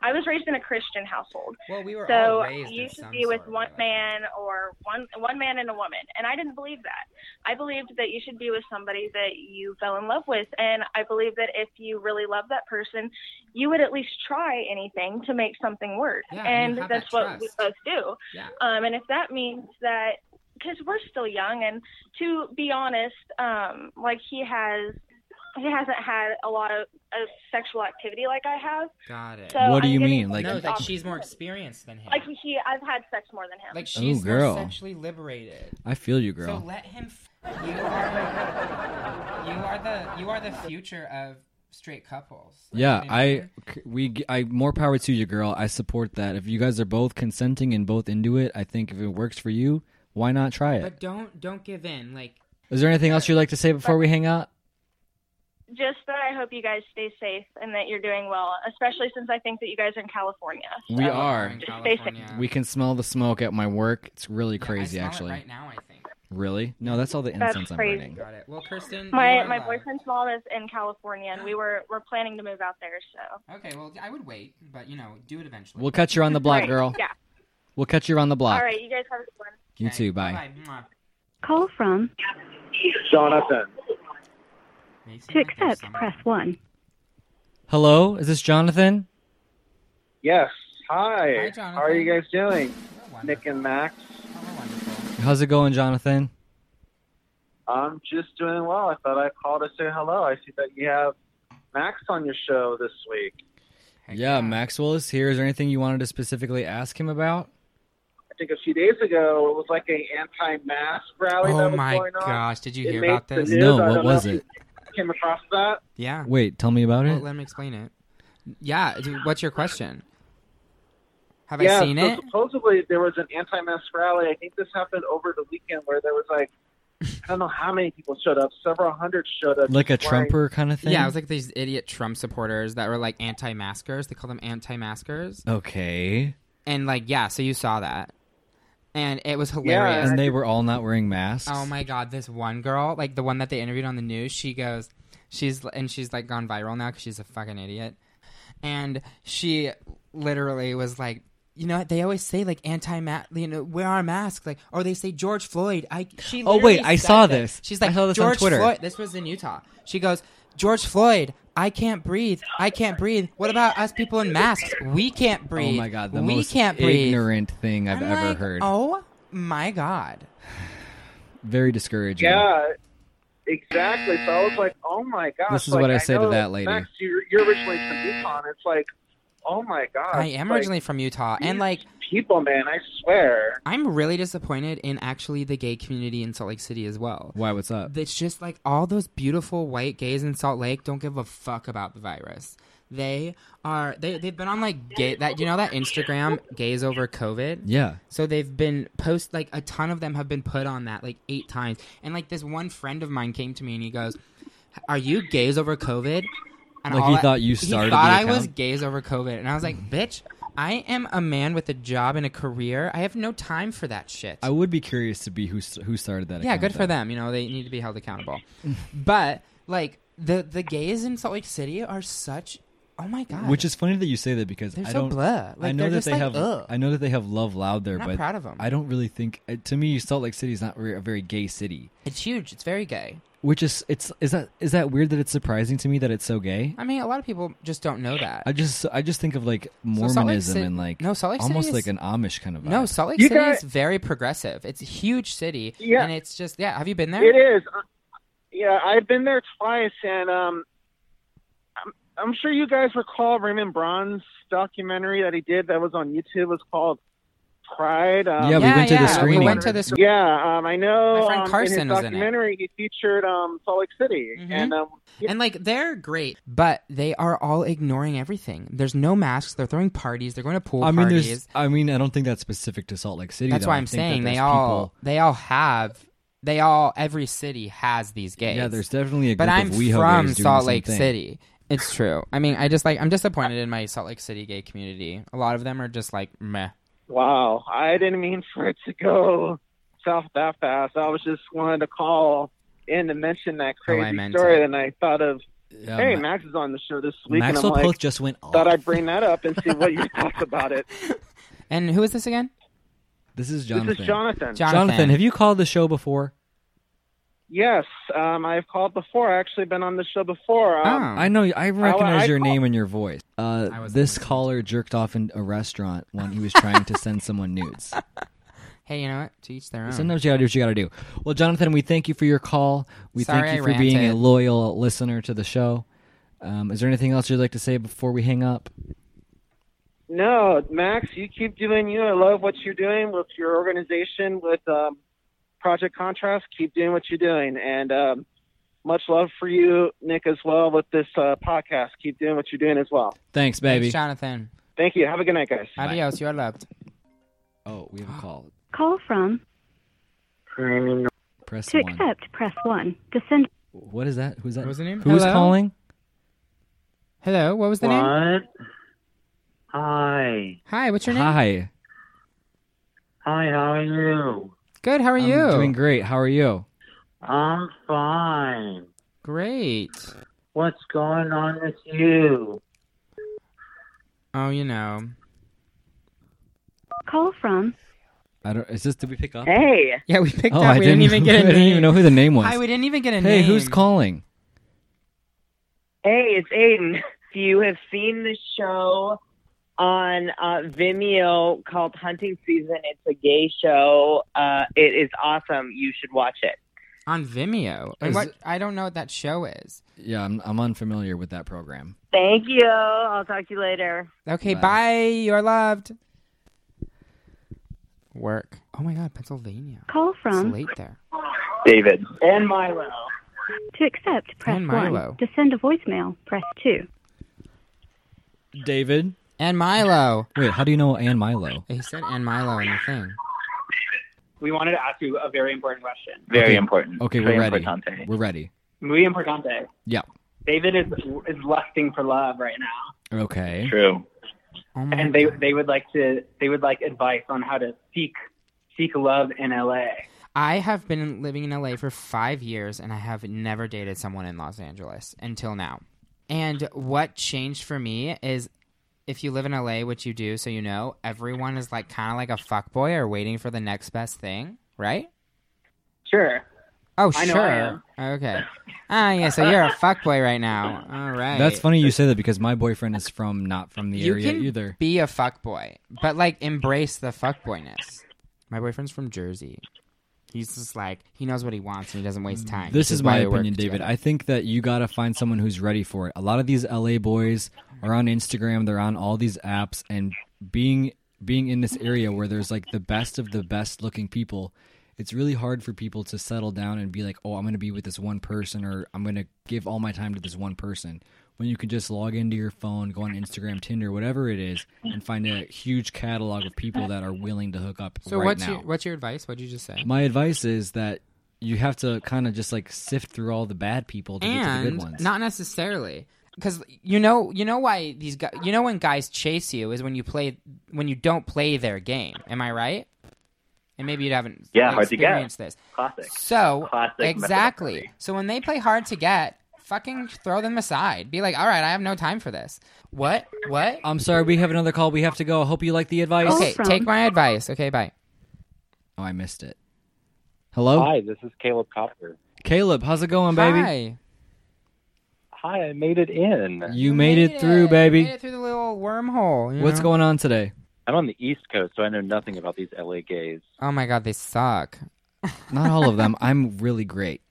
Speaker 8: I was raised in a Christian household.
Speaker 2: well, we were all
Speaker 8: so
Speaker 2: raised.
Speaker 8: you
Speaker 2: in
Speaker 8: should
Speaker 2: some
Speaker 8: be with
Speaker 2: sort of
Speaker 8: one
Speaker 2: way like
Speaker 8: man or one one man and a woman and i didn't believe that i believed that you should be with somebody that you fell in love with and i believe that if you really love that person you would at least try anything to make something work
Speaker 2: Yeah, and
Speaker 8: and
Speaker 2: you have
Speaker 8: that's
Speaker 2: that
Speaker 8: what we
Speaker 2: trust.
Speaker 8: both do
Speaker 2: Yeah.
Speaker 8: um, and if that means that because we're still young and to be honest um like he has he hasn't had a lot of, of sexual activity like i have
Speaker 2: Got it.
Speaker 8: so
Speaker 1: What do
Speaker 8: I'm um,
Speaker 1: you
Speaker 8: getting-
Speaker 1: mean? Like-
Speaker 2: no,
Speaker 8: like,
Speaker 2: like she's more experienced than him.
Speaker 8: he i've had sex more than him
Speaker 2: Like, she's more
Speaker 1: Oh, girl.
Speaker 2: sexually liberated.
Speaker 1: I feel you,
Speaker 2: So
Speaker 1: girl.
Speaker 2: let him. F- you are. You are the. You are the future of straight couples. Like,
Speaker 1: yeah,
Speaker 2: you know?
Speaker 1: I c- we g- I more power to you, girl. I support that. If you guys are both consenting and both into it, I think if it works for you, why not try it? Is
Speaker 2: But don't don't give in. Like
Speaker 1: there anything else you'd like to say before we hang out?
Speaker 8: just that i hope you guys stay safe and that you're doing well especially since i think that you guys are in california
Speaker 1: We
Speaker 8: So-
Speaker 1: are.
Speaker 2: in
Speaker 8: Just basic.
Speaker 2: California.
Speaker 1: We can smell the smoke at my work. It's really
Speaker 2: Yeah, I
Speaker 1: crazy,
Speaker 2: smell it
Speaker 1: actually.
Speaker 2: right now, I think.
Speaker 1: Really? No, that's all the
Speaker 8: That's
Speaker 1: incense I'm
Speaker 8: crazy.
Speaker 1: burning.
Speaker 2: Got it. Well, Kirsten. you
Speaker 8: my
Speaker 2: are
Speaker 8: my
Speaker 2: live.
Speaker 8: boyfriend's mom is in california and we were we're planning to move out there so
Speaker 2: Okay. Well, I would wait, but you know, do it eventually.
Speaker 1: We'll cut you on the block,
Speaker 8: Right,
Speaker 1: girl.
Speaker 8: yeah
Speaker 1: We'll cut you on the block.
Speaker 8: all right you guys have a good one
Speaker 1: You
Speaker 2: Okay,
Speaker 1: too. Bye.
Speaker 2: Bye-bye. Mwah.
Speaker 3: Call from
Speaker 9: Jonathan.
Speaker 2: May seem
Speaker 3: to
Speaker 2: like there's
Speaker 3: accept,
Speaker 2: some-
Speaker 3: press 1.
Speaker 1: Hello, is this Jonathan?
Speaker 7: Yes. Hi.
Speaker 2: Hi, Jonathan.
Speaker 7: How are you guys doing?
Speaker 2: We're
Speaker 7: Nick
Speaker 2: wonderful.
Speaker 7: and Max.
Speaker 2: We're wonderful.
Speaker 1: How's it going, Jonathan?
Speaker 7: I'm just doing well. I thought I'd call to say hello. I see that you have Max on your show this week.
Speaker 2: Heck
Speaker 1: yeah, Maxwell is here. Is there anything you wanted to specifically ask him about?
Speaker 7: I think a few days ago it was like a anti-mask rally that
Speaker 2: Oh
Speaker 7: was
Speaker 2: my
Speaker 7: going on.
Speaker 2: gosh! Did you
Speaker 7: It
Speaker 2: hear
Speaker 7: made
Speaker 2: about
Speaker 7: the
Speaker 2: this?
Speaker 7: news.
Speaker 1: no,
Speaker 7: I
Speaker 1: what
Speaker 7: don't
Speaker 1: was
Speaker 7: know if
Speaker 1: it?
Speaker 7: Came across that.
Speaker 2: Yeah.
Speaker 1: Wait, tell me about
Speaker 2: Well,
Speaker 1: it.
Speaker 2: let me explain it. Yeah. d- What's your question? Have
Speaker 7: yeah,
Speaker 2: I seen
Speaker 7: so
Speaker 2: it?
Speaker 7: supposedly there was an anti-mask rally. I think this happened over the weekend where there was like I don't know how many people showed up. Several hundred showed up.
Speaker 1: Like a
Speaker 7: just wearing-
Speaker 1: Trumper kind of thing?
Speaker 2: Yeah, it was like these idiot Trump supporters that were like anti-maskers. They call them anti-maskers,
Speaker 1: Oh. Okay.
Speaker 2: and like yeah, so you saw that, and it was
Speaker 7: Yeah,
Speaker 2: hilarious.
Speaker 1: And they were all not wearing masks.
Speaker 2: Oh my god, this one girl, like the one that they interviewed on the news, she goes, she's and she's like gone viral now because she's a fucking idiot, and she literally was like. You know they always say like anti-mask. You know, wear our mask. Like, or they say George Floyd. I she.
Speaker 1: Oh, wait,
Speaker 2: literally
Speaker 1: I
Speaker 2: said
Speaker 1: saw
Speaker 2: that.
Speaker 1: this.
Speaker 2: She's like
Speaker 1: I saw this on
Speaker 2: George
Speaker 1: Twitter."
Speaker 2: Floyd. This was in Utah. She goes George Floyd. I can't breathe. I can't breathe. What about us people in masks? We can't breathe.
Speaker 1: Oh my god, the
Speaker 2: we
Speaker 1: most
Speaker 2: can't breathe.
Speaker 1: ignorant thing I've
Speaker 2: I'm
Speaker 1: ever
Speaker 2: like,
Speaker 1: heard.
Speaker 2: Oh my god.
Speaker 1: Very discouraging.
Speaker 7: Yeah, exactly. So I was like, oh my gosh.
Speaker 1: This is
Speaker 7: like,
Speaker 1: what I say to
Speaker 7: know,
Speaker 1: that lady.
Speaker 7: Max, you're, you're originally from Yukon. It's like, oh my gosh.
Speaker 2: I am
Speaker 7: like,
Speaker 2: originally from Utah, and like
Speaker 7: people, man. I swear.
Speaker 2: I'm really disappointed in actually the gay community in Salt Lake City as well.
Speaker 1: Why, what's up?
Speaker 2: It's just like all those beautiful white gays in Salt Lake don't give a fuck about the virus. They are they they've been on like gay that you know that Instagram gays over COVID.
Speaker 1: Yeah.
Speaker 2: So they've been post like a ton of them have been put on that like eight times. And like this one friend of mine came to me and he goes, "Are you gays over COVID?" And
Speaker 1: Like,
Speaker 2: all
Speaker 1: he
Speaker 2: I-
Speaker 1: thought you started
Speaker 2: He thought
Speaker 1: the
Speaker 2: I was
Speaker 1: account?
Speaker 2: gays over COVID, and I was like, "Bitch, I am a man with a job and a career. I have no time for that shit."
Speaker 1: I would be curious to be who s- who started that.
Speaker 2: yeah,
Speaker 1: account,
Speaker 2: good for
Speaker 1: though.
Speaker 2: them. You know, they need to be held accountable. but like the the gays in Salt Lake City are such. Oh my god!
Speaker 1: Which is funny that you say that because
Speaker 2: They're
Speaker 1: I
Speaker 2: so
Speaker 1: don't.
Speaker 2: blah. Like,
Speaker 1: I know
Speaker 2: they're
Speaker 1: that
Speaker 2: just
Speaker 1: they
Speaker 2: like,
Speaker 1: have.
Speaker 2: ugh.
Speaker 1: I know that they have love loud there,
Speaker 2: I'm not
Speaker 1: but
Speaker 2: proud of 'em.
Speaker 1: I don't really think. uh, To me, Salt Lake City is not re- a very gay city.
Speaker 2: it's huge. It's very gay.
Speaker 1: Which is it's is that is that weird that it's surprising to me that it's so gay?
Speaker 2: I mean, a lot of people just don't know that.
Speaker 1: I just I just think of like
Speaker 2: Lake
Speaker 1: Mormonism
Speaker 2: City-
Speaker 1: and like
Speaker 2: No, Salt Lake City
Speaker 1: almost
Speaker 2: is-
Speaker 1: like an Amish kind of vibe.
Speaker 2: No, Salt Lake
Speaker 7: You
Speaker 2: City
Speaker 7: guys-
Speaker 2: is very progressive. It's a huge city,
Speaker 7: Yeah.
Speaker 2: and it's just yeah. Have you been there?
Speaker 7: It is. Uh, Yeah, I've been there twice, and um, I'm, I'm sure you guys recall Raymond Braun's documentary that he did that was on YouTube. It was called Pride. Um,
Speaker 1: Yeah, we
Speaker 2: Yeah,
Speaker 1: went to the
Speaker 2: yeah, we
Speaker 1: screening.
Speaker 2: went to the sc-
Speaker 7: Yeah, um, I know.
Speaker 2: My friend
Speaker 7: um, in
Speaker 2: Carson
Speaker 7: his
Speaker 2: was in it.
Speaker 7: documentary, he featured um, Salt Lake City,
Speaker 1: Mm-hmm.
Speaker 2: Mhm.
Speaker 7: and um,
Speaker 2: And like they're great, but they are all ignoring everything. There's no masks. They're throwing parties. They're going to pool
Speaker 1: I mean,
Speaker 2: parties.
Speaker 1: there's. I mean, I don't think that's specific to Salt Lake City.
Speaker 2: That's
Speaker 1: though.
Speaker 2: why
Speaker 1: I
Speaker 2: I'm
Speaker 1: think that
Speaker 2: saying they
Speaker 1: there's
Speaker 2: all
Speaker 1: people-
Speaker 2: they all have they all every city has these gays.
Speaker 1: yeah, there's definitely a group
Speaker 2: but I'm
Speaker 1: of WeHo
Speaker 2: from
Speaker 1: gays doing the
Speaker 2: Salt
Speaker 1: same
Speaker 2: Lake
Speaker 1: thing.
Speaker 2: City. It's true. I mean, I just like I'm disappointed in my Salt Lake City gay community. A lot of them are just like meh.
Speaker 7: wow, I didn't mean for it to go south that fast. I was just wanted to call in to mention that
Speaker 2: Oh, I
Speaker 7: crazy
Speaker 2: meant
Speaker 7: story,
Speaker 2: it.
Speaker 7: and I thought of,
Speaker 1: Yeah,
Speaker 7: hey,
Speaker 1: Ma-
Speaker 7: Max is on the show this week,
Speaker 1: um, Maxwell
Speaker 7: and I'm like,
Speaker 1: Post just went off.
Speaker 7: thought I'd bring that up and see what your thoughts about it.
Speaker 2: And who is this again?
Speaker 1: This is Jonathan.
Speaker 7: This is Jonathan.
Speaker 2: Jonathan.
Speaker 1: have you called the show before?
Speaker 7: Yes, um, I've called before. I've actually been on the show before. Um,
Speaker 2: Oh.
Speaker 1: I know. I recognize
Speaker 7: I
Speaker 1: your
Speaker 7: call-
Speaker 1: name and your voice. Uh,
Speaker 2: was
Speaker 1: this caller jerked off in a restaurant when he was trying to send someone nudes.
Speaker 2: Hey, you know what? To each their own.
Speaker 1: Sometimes you gotta do what you gotta do. Well, Jonathan, we thank you for your call. We
Speaker 2: Sorry
Speaker 1: thank you
Speaker 2: I
Speaker 1: for being a
Speaker 2: ranted.
Speaker 1: loyal listener to the show. Um, is there anything else you'd like to say before we hang up?
Speaker 6: No, Max, you keep doing you. I love what you're doing with your organization with um, Project Contrast. Keep doing what you're doing, and um, much love for you, Nick, as well with this uh, podcast. Keep doing what you're doing as well.
Speaker 1: Thanks,
Speaker 2: Thanks,
Speaker 1: baby.
Speaker 2: Jonathan.
Speaker 6: Thank you. Have a good night, guys.
Speaker 2: Adios. You're loved.
Speaker 1: oh, we have a call.
Speaker 3: Call from
Speaker 1: Press
Speaker 3: to
Speaker 1: one.
Speaker 3: accept, press 1. To send
Speaker 1: What is that? Who's that?
Speaker 2: What was the name?
Speaker 1: Who's
Speaker 2: Hello?
Speaker 1: calling?
Speaker 2: Hello. What was the name?
Speaker 10: What? Hi.
Speaker 2: Hi. What's your name?
Speaker 1: Hi.
Speaker 10: Hi, how are you?
Speaker 2: Good. How are
Speaker 1: I'm
Speaker 2: you?
Speaker 1: doing great. How are you?
Speaker 10: I'm fine.
Speaker 2: great.
Speaker 10: What's going on with you?
Speaker 2: Oh, you know.
Speaker 3: call from
Speaker 1: I don't. Is this? Did we pick up?
Speaker 10: Hey.
Speaker 2: Yeah, we picked
Speaker 1: Oh,
Speaker 2: up.
Speaker 1: I
Speaker 2: we didn't, even get a
Speaker 1: I
Speaker 2: name.
Speaker 1: didn't even know who the name was.
Speaker 2: Hi. We didn't even get a
Speaker 1: hey,
Speaker 2: name.
Speaker 1: who's calling?
Speaker 9: Hey, it's Aiden. If you have seen the show on uh, Vimeo called Hunting Season, it's a gay show. Uh, it is awesome. You should watch it.
Speaker 2: on Vimeo?
Speaker 1: Is
Speaker 2: And what?
Speaker 1: it-
Speaker 2: I don't know what that show is.
Speaker 1: Yeah, I'm, I'm unfamiliar with that program.
Speaker 9: Thank you. I'll talk to you later.
Speaker 2: Okay.
Speaker 1: Wow.
Speaker 2: Bye. You're loved. Work. Oh my God, Pennsylvania.
Speaker 3: call
Speaker 2: It's
Speaker 3: from
Speaker 2: late there.
Speaker 4: David.
Speaker 9: And Milo.
Speaker 3: to accept, press
Speaker 2: And
Speaker 3: 1.
Speaker 2: Milo.
Speaker 3: To send a voicemail, press 2.
Speaker 1: David.
Speaker 2: And Milo.
Speaker 1: Wait, how do you know Ann Milo?
Speaker 2: He said and Milo in the thing.
Speaker 11: We wanted to ask you a very important question.
Speaker 4: Very
Speaker 1: Okay.
Speaker 4: important.
Speaker 1: Okay,
Speaker 4: Very
Speaker 1: we're ready.
Speaker 4: importante.
Speaker 1: We're ready.
Speaker 11: Muy importante.
Speaker 1: Yeah.
Speaker 11: David is is lusting for love right now,
Speaker 1: Okay.
Speaker 4: True.
Speaker 2: Oh my
Speaker 11: and they
Speaker 2: God.
Speaker 11: they would like to they would like advice on how to seek seek love in LA.
Speaker 2: I have been living in LA for five years and I have never dated someone in Los Angeles until now. And what changed for me is if you live in LA, which you do, so you know, everyone is like kind of like a fuckboy or waiting for the next best thing, right?
Speaker 11: Sure.
Speaker 2: Oh,
Speaker 11: I know I
Speaker 2: sure. Okay. Ah, yeah, so you're a fuckboy right now. All right.
Speaker 1: That's funny you say that because my boyfriend is from not from the
Speaker 2: You
Speaker 1: area
Speaker 2: can
Speaker 1: either.
Speaker 2: be a fuckboy, but like embrace the fuckboyness. My boyfriend's from Jersey. He's just like he knows what he wants and he doesn't waste time.
Speaker 1: Mm, This
Speaker 2: which
Speaker 1: is my
Speaker 2: why we work
Speaker 1: opinion, David.
Speaker 2: together.
Speaker 1: I think that you got to find someone who's ready for it. A lot of these LA boys are on Instagram, they're on all these apps and being being in this area where there's like the best of the best looking people, it's really hard for people to settle down and be like, "Oh, I'm going to be with this one person or I'm going to give all my time to this one person." When you can just log into your phone, go on Instagram, Tinder, whatever it is, and find a huge catalog of people that are willing to hook up
Speaker 2: So
Speaker 1: right
Speaker 2: what's
Speaker 1: now.
Speaker 2: your what's your advice? What'd you just say?
Speaker 1: My advice is that you have to kind of just like sift through all the bad people to get to the
Speaker 2: and
Speaker 1: good ones.
Speaker 2: not necessarily because you know you know why these guys you know when guys chase you is when you play when you don't play their game. Am I right? And maybe you haven't
Speaker 4: Yeah, hard to get.
Speaker 2: experienced this.
Speaker 4: Classic.
Speaker 2: So
Speaker 4: Classic method of
Speaker 2: exactly.
Speaker 4: study.
Speaker 2: So when they play hard to get, fucking throw them aside. Be like, all right, I have no time for this. What? What?
Speaker 1: I'm sorry, we have another call. We have to go. I hope you like the advice.
Speaker 2: Okay,
Speaker 3: from-
Speaker 2: take my advice. Okay, bye.
Speaker 1: Oh, I missed it. Hello,
Speaker 10: Hi, this is Caleb Copper.
Speaker 1: Caleb. How's it going, baby?
Speaker 2: Hi.
Speaker 10: Hi, I made it in.
Speaker 1: You made, it, through, baby.
Speaker 2: Made it through the little wormhole. you
Speaker 1: What's
Speaker 2: know?
Speaker 1: going on today?
Speaker 10: I'm on the East Coast, so I know nothing about these LA gays.
Speaker 2: Oh my god, they suck.
Speaker 1: Not all of them. I'm really great.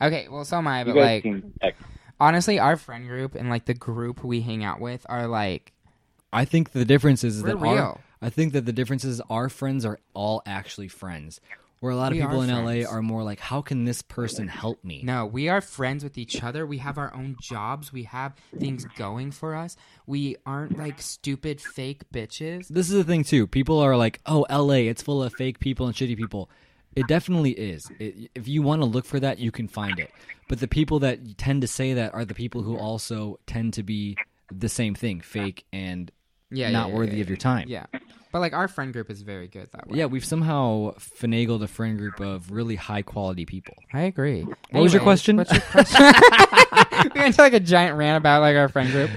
Speaker 2: Okay, well, so am I,
Speaker 10: You
Speaker 2: but
Speaker 10: guys
Speaker 2: like,
Speaker 10: seem ex-
Speaker 2: honestly, our friend group and like the group we hang out with are like,
Speaker 1: I think the difference is
Speaker 2: We're
Speaker 1: that our,
Speaker 2: real.
Speaker 1: I think that the difference is our friends are all actually friends. Where a lot of
Speaker 2: We
Speaker 1: people
Speaker 2: are
Speaker 1: in
Speaker 2: friends.
Speaker 1: LA are more like, how can this person help me?
Speaker 2: no, we are friends with each other. We have our own jobs. We have things going for us. We aren't like stupid fake bitches.
Speaker 1: this is the thing too. People are like, "Oh, L.A. It's full of fake people and shitty people." It definitely is. It, if you want to look for that, you can find it. But the people that tend to say that are the people who also tend to be the same thing, fake and
Speaker 2: Yeah,
Speaker 1: not
Speaker 2: yeah,
Speaker 1: worthy
Speaker 2: yeah,
Speaker 1: of your time.
Speaker 2: Yeah. But like, our friend group is very good that way.
Speaker 1: Yeah, we've somehow finagled a friend group of really high quality people.
Speaker 2: I agree. What
Speaker 1: What was your question?
Speaker 2: What's your question? We're gonna do like a giant rant about like our friend group.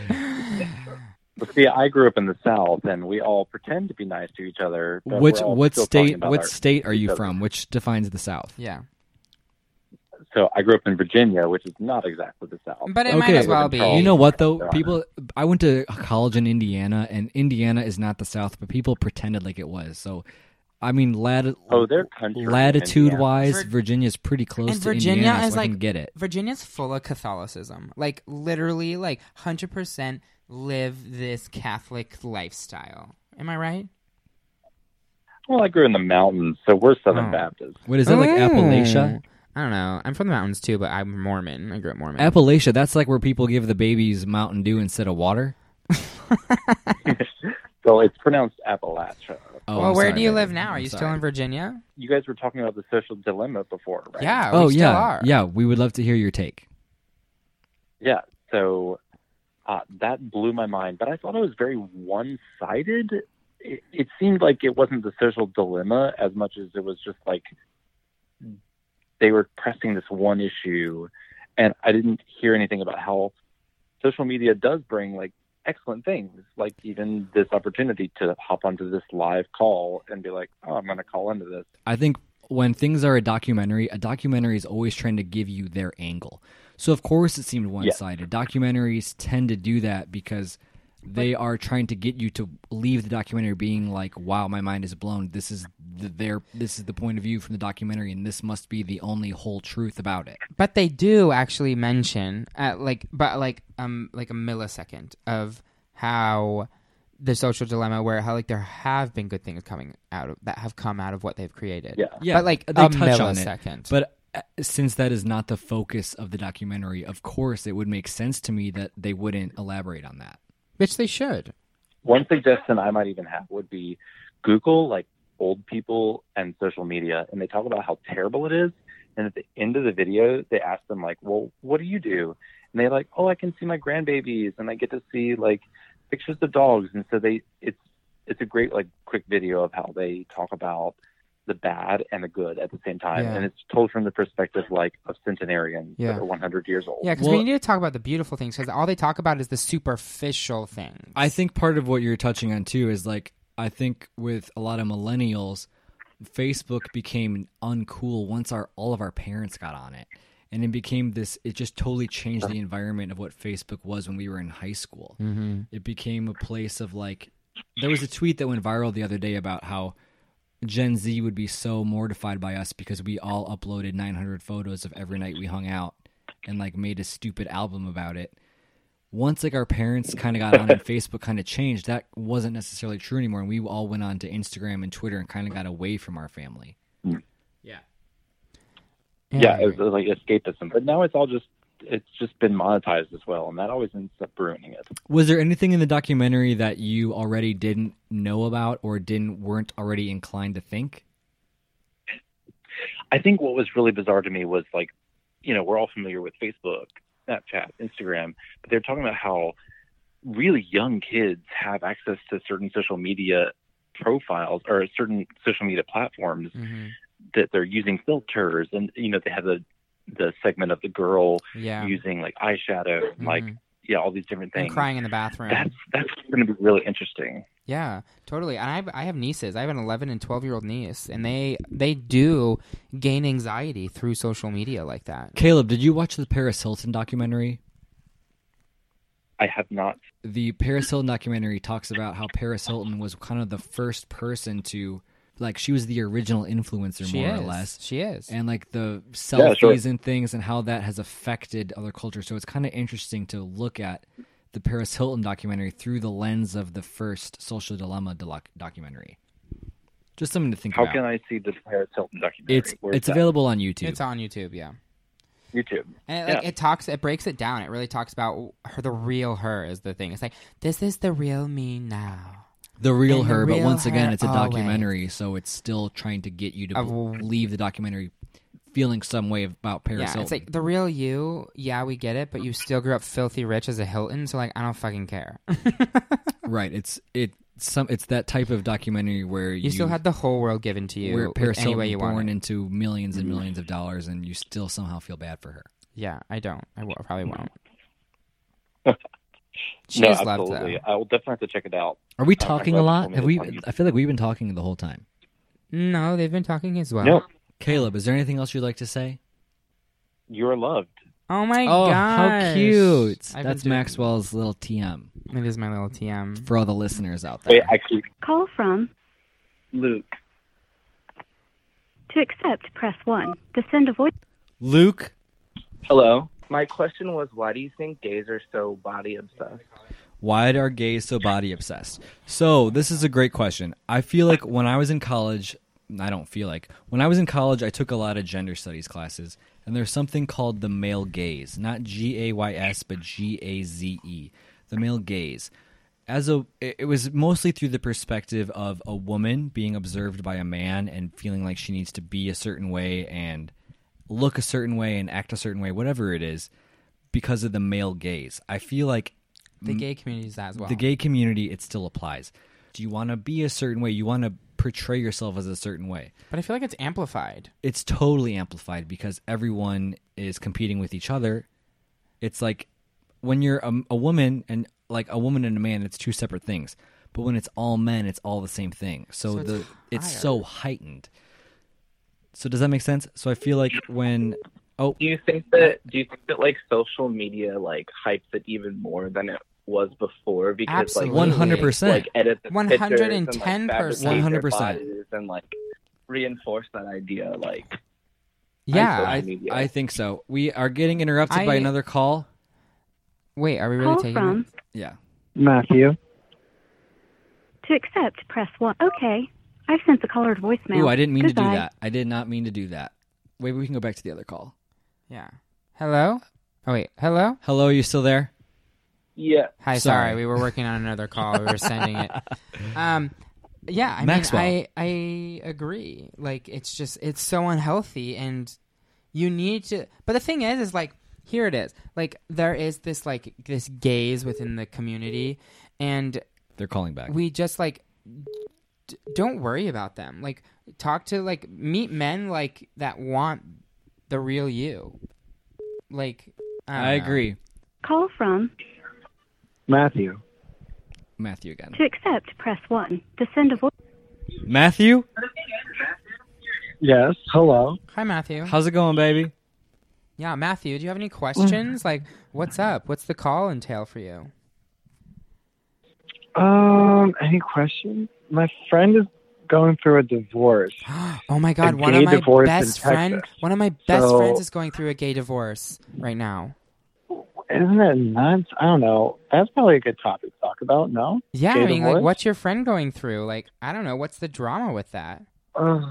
Speaker 10: But see, I grew up in the South, and we all pretend to be nice to each other. but
Speaker 1: Which
Speaker 10: we're all
Speaker 1: what
Speaker 10: still talking
Speaker 1: state
Speaker 10: about
Speaker 1: what
Speaker 10: our-
Speaker 1: state are you
Speaker 10: each other.
Speaker 1: from? Which defines the South?
Speaker 2: Yeah,
Speaker 10: So I grew up in Virginia, which is not exactly the South.
Speaker 2: but it might
Speaker 1: Okay.
Speaker 2: as well be.
Speaker 1: You know what though?
Speaker 10: They're on
Speaker 1: People I went to college in Indiana and Indiana is not the South, but people pretended like it was. So I mean, lat-
Speaker 10: Oh, they're country.
Speaker 1: latitude
Speaker 10: Indiana.
Speaker 1: wise,
Speaker 2: Vir-
Speaker 1: Virginia's pretty close
Speaker 2: and
Speaker 1: to
Speaker 2: Virginia
Speaker 1: Indiana,
Speaker 2: is
Speaker 1: so I
Speaker 2: like
Speaker 1: can get it.
Speaker 2: Virginia's full of Catholicism. Like literally, like hundred percent live this Catholic lifestyle. Am I right?
Speaker 10: Well, I grew in the mountains, so we're Southern
Speaker 2: Oh.
Speaker 10: Baptists.
Speaker 1: What is that like
Speaker 2: Ooh.
Speaker 1: Appalachia?
Speaker 2: I don't know. I'm from the mountains too, but I'm Mormon. I grew up Mormon.
Speaker 1: Appalachia, that's like where people give the babies Mountain Dew instead of water.
Speaker 10: So it's pronounced Appalachia.
Speaker 1: Oh,
Speaker 2: well,
Speaker 1: I'm
Speaker 2: where
Speaker 1: sorry,
Speaker 2: do you
Speaker 1: baby.
Speaker 2: live now? Are
Speaker 1: I'm
Speaker 2: you still
Speaker 1: sorry.
Speaker 2: in Virginia?
Speaker 10: You guys were talking about the social dilemma before, right?
Speaker 2: Yeah.
Speaker 1: Oh
Speaker 2: we
Speaker 1: yeah,
Speaker 2: Still are.
Speaker 1: yeah. We would love to hear your take.
Speaker 10: Yeah. So uh, that blew my mind, but I thought it was very one sided. It, it seemed like it wasn't the social dilemma as much as it was just like they were pressing this one issue, and I didn't hear anything about how social media does bring like excellent things, like even this opportunity to hop onto this live call and be like, oh, I'm going to call into this.
Speaker 1: I think when things are a documentary, a documentary is always trying to give you their angle. So of course it seemed one sided. Documentaries tend to do that because they are trying to get you to leave the documentary being like, "Wow, my mind is blown. This is the, their this is the point of view from the documentary, and this must be the only whole truth about it."
Speaker 2: But they do actually mention uh, like but like um like a millisecond of how the social dilemma where how like there have been good things coming out of that have come out of what they've created.
Speaker 10: Yeah.
Speaker 1: Yeah,
Speaker 2: But like
Speaker 1: they
Speaker 2: a
Speaker 1: touch on it,
Speaker 2: millisecond.
Speaker 1: But uh, since that is not the focus of the documentary, of course it would make sense to me that they wouldn't elaborate on that.
Speaker 2: Which they should.
Speaker 10: one suggestion I might even have would be Google like old people and social media, and they talk about how terrible it is. And at the end of the video, they ask them like, "Well, what do you do?" And they're like, "Oh, I can see my grandbabies, and I get to see like pictures of dogs." And so they, it's it's a great like quick video of how they talk about the bad and the good at the same time,
Speaker 2: Yeah.
Speaker 10: and it's told from the perspective like of centenarians
Speaker 2: Yeah.
Speaker 10: that are 100 years old.
Speaker 2: Yeah, because
Speaker 1: Well-
Speaker 2: we need to talk about the beautiful things because all they talk about is the superficial things.
Speaker 1: I think part of what you're touching on too is like I think with a lot of millennials, Facebook became uncool once our all of our parents got on it. And it became this it just totally changed the environment of what Facebook was when we were in high school.
Speaker 2: Mm-hmm.
Speaker 1: It became a place of like there was a tweet that went viral the other day about how Gen Z would be so mortified by us because we all uploaded 900 photos of every night we hung out and like made a stupid album about it. Once like our parents kind of got on and Facebook kind of changed, that wasn't necessarily true anymore. And we all went on to Instagram and Twitter and kind of got away from our family.
Speaker 10: yeah, it was like escapism. But now it's all just it's just been monetized as well, and that always ends up ruining it.
Speaker 1: Was there anything in the documentary that you already didn't know about or didn't weren't already inclined to think?
Speaker 10: I think what was really bizarre to me was like, you know, we're all familiar with Facebook, Snapchat, Instagram, but they're talking about how really young kids have access to certain social media profiles or certain social media platforms
Speaker 2: hmm
Speaker 10: that they're using filters and you know they have the the segment of the girl
Speaker 2: Yeah.
Speaker 10: using like eyeshadow and like
Speaker 2: Mhm.
Speaker 10: yeah all these different
Speaker 2: and
Speaker 10: things
Speaker 2: crying in the bathroom.
Speaker 10: that's that's going to be really interesting
Speaker 2: Yeah, totally. And I have, I have nieces. I have an 11 and 12 year old niece, and they they do gain anxiety through social media like that.
Speaker 1: Caleb, did you watch the Paris Hilton documentary?
Speaker 10: i have not
Speaker 1: the Paris Hilton documentary talks about how Paris Hilton was kind of the first person to like she was the original influencer
Speaker 2: She
Speaker 1: more
Speaker 2: is.
Speaker 1: or less
Speaker 2: She is.
Speaker 1: and like the
Speaker 10: Yeah,
Speaker 1: selfies
Speaker 10: sure.
Speaker 1: and things and how that has affected other cultures so it's kind of interesting to look at the Paris Hilton documentary through the lens of the first social dilemma doc- documentary just something to think
Speaker 10: How
Speaker 1: about
Speaker 10: can I see the Paris Hilton documentary?
Speaker 1: it's
Speaker 10: Where's
Speaker 1: it's
Speaker 10: that?
Speaker 1: available on YouTube
Speaker 2: It's on YouTube, yeah.
Speaker 10: YouTube.
Speaker 2: And it, like
Speaker 10: Yeah.
Speaker 2: it talks, it breaks it down. It really talks about her, the real her is the thing. It's like this is the real me now
Speaker 1: the real
Speaker 2: and the
Speaker 1: her but
Speaker 2: real
Speaker 1: once again
Speaker 2: her
Speaker 1: it's a
Speaker 2: always.
Speaker 1: documentary so it's still trying to get you to
Speaker 2: Of-
Speaker 1: b- leave the documentary feeling some way about Paris
Speaker 2: yeah,
Speaker 1: Hilton
Speaker 2: it's like the real you. Yeah, we get it, but you still grew up filthy rich as a Hilton, so like I don't fucking care.
Speaker 1: Right. It's it some it's that type of documentary where you,
Speaker 2: you, still had the whole world given to you
Speaker 1: where
Speaker 2: with
Speaker 1: Paris
Speaker 2: any
Speaker 1: Hilton
Speaker 2: way you
Speaker 1: born
Speaker 2: want. it. Mm-hmm.
Speaker 1: into millions and millions of dollars and you still somehow feel bad for her.
Speaker 2: Yeah, I don't. I will, probably won't. she
Speaker 10: No,
Speaker 2: is loved
Speaker 10: absolutely.
Speaker 2: though.
Speaker 10: I will definitely have to check it out.
Speaker 1: Are we
Speaker 10: Uh,
Speaker 1: talking
Speaker 10: well,
Speaker 1: a lot?
Speaker 10: only
Speaker 1: Have
Speaker 10: the
Speaker 1: we
Speaker 10: time.
Speaker 1: I feel like we've been talking the whole time.
Speaker 2: No, they've been talking as well.
Speaker 10: No,
Speaker 1: Caleb, is there anything else you'd like to say?
Speaker 10: you are loved.
Speaker 2: Oh my
Speaker 1: oh,
Speaker 2: gosh.
Speaker 1: how cute.
Speaker 2: I've been
Speaker 1: That's
Speaker 2: doing-
Speaker 1: Maxwell's little TM
Speaker 2: It is my little TM.
Speaker 1: for all the listeners out there.
Speaker 10: Wait, actually,
Speaker 3: Call from
Speaker 11: Luke.
Speaker 3: To accept, press 1. To send a voice.
Speaker 1: Luke,
Speaker 11: Hello. My question was, why do you think gays are so body obsessed?
Speaker 1: why are gays so body obsessed? So this is a great question. I feel like when I was in college, I don't feel like when I was in college, I took a lot of gender studies classes, and there's something called the male gaze, not G A Y S, but G A Z E, the male gaze. As a, it it was mostly through the perspective of a woman being observed by a man and feeling like she needs to be a certain way and look a certain way and act a certain way, whatever it is, because of the male gaze. I feel like
Speaker 2: The gay community is that as well.
Speaker 1: the gay community it still applies do you want to be a certain way you want to portray yourself as a certain way
Speaker 2: but I feel like it's amplified.
Speaker 1: it's totally amplified because everyone is competing with each other it's like when you're a, a woman and like a woman and a man it's two separate things but when it's all men it's all the same thing so,
Speaker 2: So it's
Speaker 1: the it's,
Speaker 2: higher.
Speaker 1: so heightened so does that make sense so i feel like when oh
Speaker 11: Do you think that Uh, do you think that like social media like hypes it even more than it was before because
Speaker 2: Absolutely.
Speaker 11: like
Speaker 1: 100%
Speaker 11: like edit the pictures and, like,
Speaker 2: 110%.
Speaker 11: fabricate their
Speaker 1: 100%.
Speaker 11: bodies and like reinforce that idea like
Speaker 2: Yeah.
Speaker 11: social
Speaker 1: I,
Speaker 11: media.
Speaker 1: I think so we are getting interrupted by
Speaker 2: I-
Speaker 1: another call
Speaker 2: wait, are we really
Speaker 3: Call
Speaker 2: taking?
Speaker 3: from.
Speaker 1: yeah
Speaker 5: Matthew.
Speaker 3: To accept, press 1. Okay. I've sent the caller to voicemail.
Speaker 1: Ooh, I didn't mean to
Speaker 3: Goodbye.
Speaker 1: do that. I did not mean to do that. Maybe we can go back to the other call.
Speaker 2: Yeah. Hello. Oh wait. Hello.
Speaker 1: Hello, are you still there?
Speaker 11: yeah
Speaker 1: Sorry.
Speaker 2: Hi, sorry. we were working on another call. We were sending it. Um, yeah, I
Speaker 1: Maxwell.
Speaker 2: mean, I I agree. Like, it's just it's so unhealthy, and you need to. But the thing is, is like here it is. Like there is this like this gaze within the community, and
Speaker 1: They're calling back.
Speaker 2: we just like d- don't worry about them. Like talk to like meet men like that want the real you. Like I, don't
Speaker 1: I
Speaker 2: know.
Speaker 1: agree.
Speaker 3: Call from.
Speaker 5: Matthew.
Speaker 1: Matthew again.
Speaker 3: To accept, press 1. To send a voice.
Speaker 1: Matthew,
Speaker 5: Yes. Hello.
Speaker 2: Hi, Matthew.
Speaker 1: how's it going, baby?
Speaker 2: Yeah, Matthew, do you have
Speaker 5: Mm.
Speaker 2: any questions? like, what's up? What's the call entail for you?
Speaker 5: Um. Any questions? My friend is going through a divorce.
Speaker 2: oh my God,
Speaker 5: A
Speaker 2: one
Speaker 5: gay
Speaker 2: of my
Speaker 5: divorce in
Speaker 2: best friend,
Speaker 5: Texas.
Speaker 2: one of my best
Speaker 5: So-
Speaker 2: friends is going through a gay divorce right now.
Speaker 5: Isn't that nuts? I don't know. That's probably a good topic to talk about. No.
Speaker 2: Yeah,
Speaker 5: Gay
Speaker 2: I mean, like,
Speaker 5: divorce?
Speaker 2: what's your friend going through? Like, I don't know, what's the drama with that?
Speaker 5: Uh,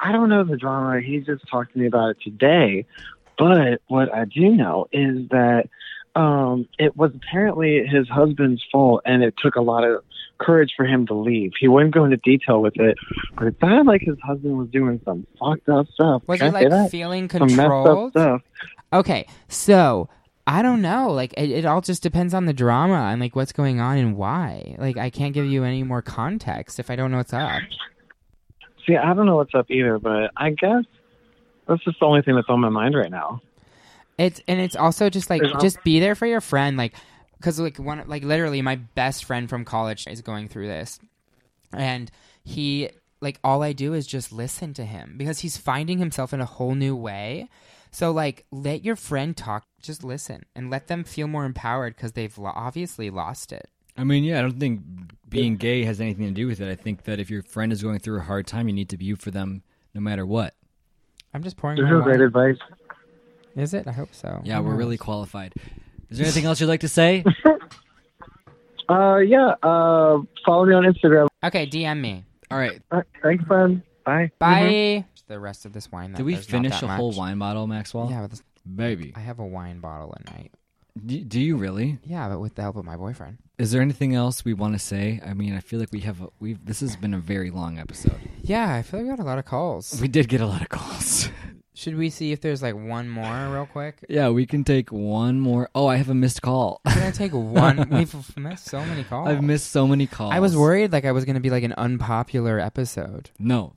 Speaker 5: I don't know the drama. He just talked to me about it today. But what I do know is that um, it was apparently his husband's fault, and it took a lot of courage for him to leave. He wouldn't go into detail with it, but it sounded like his husband was doing some fucked up stuff.
Speaker 2: Was he
Speaker 5: Can I Oh, say
Speaker 2: like
Speaker 5: that?
Speaker 2: feeling
Speaker 5: Some messed up
Speaker 2: controlled?
Speaker 5: stuff.
Speaker 2: Okay, so I don't know. Like, it, it all just depends on the drama and like what's going on and why. Like, I can't give you any more context if I don't know what's up.
Speaker 5: See, I don't know what's up either, but I guess that's just the only thing that's on my mind right now.
Speaker 2: It's and it's also just like
Speaker 5: There's al-
Speaker 2: just be there for your friend, like because like one like literally my best friend from college is going through this, and he like all I do is just listen to him because he's finding himself in a whole new way. So like let your friend talk, just listen and let them feel more empowered because they've lo- obviously lost it.
Speaker 1: I mean, yeah, I don't think being gay has anything to do with it. I think that if your friend is going through a hard time, you need to be for them no matter what.
Speaker 2: I'm just pouring.
Speaker 5: This
Speaker 2: my
Speaker 5: is great
Speaker 2: wine.
Speaker 5: advice.
Speaker 2: Is it? I hope so.
Speaker 1: Yeah,
Speaker 2: Who
Speaker 1: we're
Speaker 2: knows?
Speaker 1: really qualified. Is there anything else you'd like to say?
Speaker 5: Uh, yeah, uh, follow me on Instagram.
Speaker 2: okay. DM me.
Speaker 1: All right. Mm-hmm.
Speaker 5: All right, thanks, friend. Bye.
Speaker 2: Bye. Mm-hmm. The rest of this wine. That
Speaker 1: Did we
Speaker 2: there's not
Speaker 1: finish
Speaker 2: that
Speaker 1: a whole
Speaker 2: much.
Speaker 1: wine bottle, Maxwell?
Speaker 2: Yeah, but this-
Speaker 1: Baby.
Speaker 2: I have a wine bottle at night.
Speaker 1: Do, do you really?
Speaker 2: Yeah, but with the help of my boyfriend.
Speaker 1: Is there anything else we want to say? I mean, I feel like we have a, we've this has been a very long episode.
Speaker 2: Yeah, I feel like we got a lot of calls.
Speaker 1: We did get a lot of calls.
Speaker 2: Should we see if there's like one more real quick?
Speaker 1: Yeah, we can take one more. Oh, I have a missed call.
Speaker 2: Can I take one? We've missed so many calls.
Speaker 1: I've missed so many calls.
Speaker 2: I was worried like I was gonna be like an unpopular episode.
Speaker 1: No,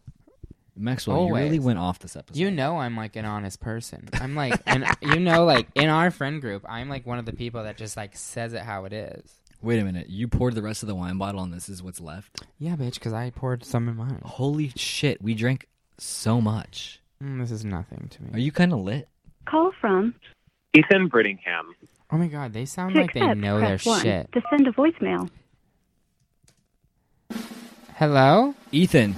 Speaker 1: Maxwell, you really
Speaker 2: Always.
Speaker 1: went off this episode.
Speaker 2: You know I'm like an honest person. I'm like, and you know, like in our friend group, I'm like one of the people that just like says it how it is.
Speaker 1: Wait a minute. You poured the rest of the wine bottle, and this is what's left.
Speaker 2: Yeah, bitch, because I poured some in mine.
Speaker 1: Holy shit! We drank so much.
Speaker 2: Mm, this is nothing to
Speaker 1: Are
Speaker 2: me.
Speaker 1: you kind of lit?
Speaker 3: Call from.
Speaker 11: Ethan Brittingham
Speaker 2: Oh my god, they sound
Speaker 3: To
Speaker 2: like they
Speaker 3: accept,
Speaker 2: know their
Speaker 3: press 1.
Speaker 2: shit.
Speaker 3: To send a voicemail.
Speaker 2: Hello.
Speaker 1: Ethan,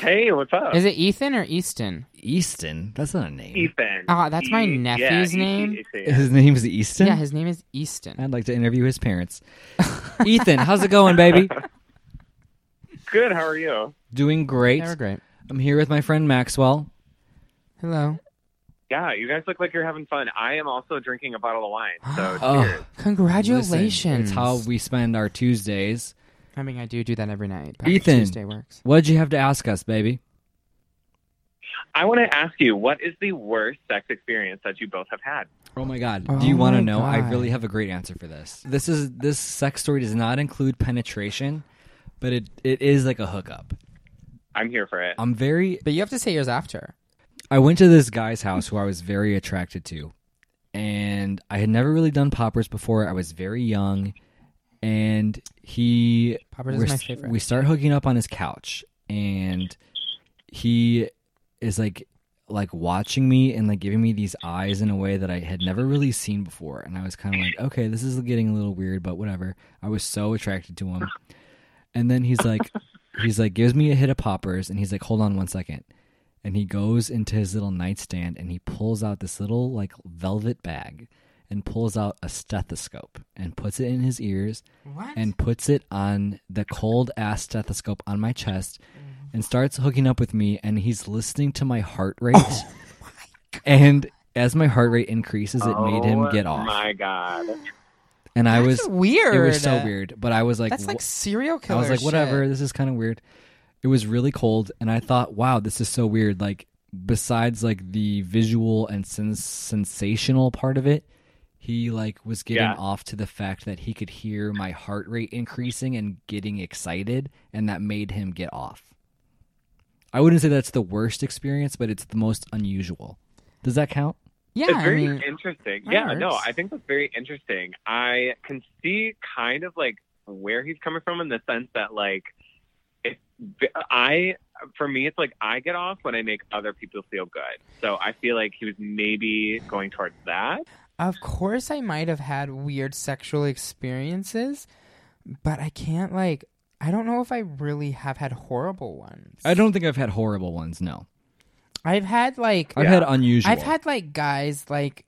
Speaker 11: Hey, what's up?
Speaker 2: Is it Ethan or Easton?
Speaker 1: Easton? That's not a name.
Speaker 11: Ethan. E-
Speaker 2: Ah, that's my nephew's name.
Speaker 1: His name is Easton?
Speaker 2: Yeah, his name is Easton.
Speaker 1: I'd like to interview his parents. Ethan, how's it going, baby?
Speaker 11: Good. How are you?
Speaker 1: Doing great.
Speaker 2: They were great.
Speaker 1: I'm here with my friend Maxwell.
Speaker 2: Hello.
Speaker 11: Yeah, you guys look like you're having fun. I am also drinking a bottle of wine. So cheers.
Speaker 1: Oh, listen,
Speaker 2: Congratulations.
Speaker 1: it's how we spend our Tuesdays.
Speaker 2: I mean, I do do that every night. But
Speaker 1: Ethan.
Speaker 2: Tuesday works.
Speaker 1: What'd you have to ask us, baby?
Speaker 11: I want to ask you, what is the worst sex experience that you both have had?
Speaker 1: Oh my god.
Speaker 2: Oh
Speaker 1: Do you want
Speaker 2: my
Speaker 1: to know? I
Speaker 2: God.
Speaker 1: really have a great answer for this. This is this sex story does not include penetration, but it it is like a hookup.
Speaker 11: I'm here for it.
Speaker 1: I'm very
Speaker 2: But you have to say yours after.
Speaker 1: I went to this guy's house who I was very attracted to. And I had never really done poppers before. I was very young. And he
Speaker 2: Poppers
Speaker 1: we're
Speaker 2: is my
Speaker 1: s-
Speaker 2: favorite.
Speaker 1: We start hooking up on his couch and he is like like watching me and like giving me these eyes in a way that I had never really seen before. And I was kind of like, okay, this is getting a little weird, but whatever. I was so attracted to him. And then he's like, he's like, gives me a hit of poppers, and he's like, hold on one second. And he goes into his little nightstand and he pulls out this little like velvet bag and pulls out a stethoscope and puts it in his ears
Speaker 2: What?
Speaker 1: and puts it on the cold ass stethoscope on my chest and starts hooking up with me and he's listening to my heart rate and as my heart rate increases it made
Speaker 11: Oh,
Speaker 1: him get off
Speaker 11: My God.
Speaker 1: and i was
Speaker 2: weird.
Speaker 1: it was so weird but i was like,
Speaker 2: That's like
Speaker 1: wh-
Speaker 2: serial
Speaker 1: i
Speaker 2: killer.
Speaker 1: was like
Speaker 2: shit.
Speaker 1: whatever this is kind of weird it was really cold and i thought wow this is so weird like besides like the visual and sens- sensational part of it he like was getting
Speaker 11: Yeah.
Speaker 1: off to the fact that he could hear my heart rate increasing and getting excited and that made him get off i wouldn't say that's the worst experience but it's the most unusual does that count
Speaker 2: Yeah,
Speaker 11: It's
Speaker 2: I
Speaker 11: very
Speaker 2: mean,
Speaker 11: interesting.
Speaker 2: that
Speaker 11: Yeah, no,
Speaker 2: works.
Speaker 11: I think that's very interesting. I can see kind of like where he's coming from in the sense that like it, I for me it's like I get off when I make other people feel good. So I feel like he was maybe going towards that.
Speaker 2: of course I might have had weird sexual experiences, but I can't like. I don't know if I really have had horrible ones.
Speaker 1: i don't think i've had horrible ones no
Speaker 2: I've had like.
Speaker 1: i've had unusual
Speaker 2: I've had like guys like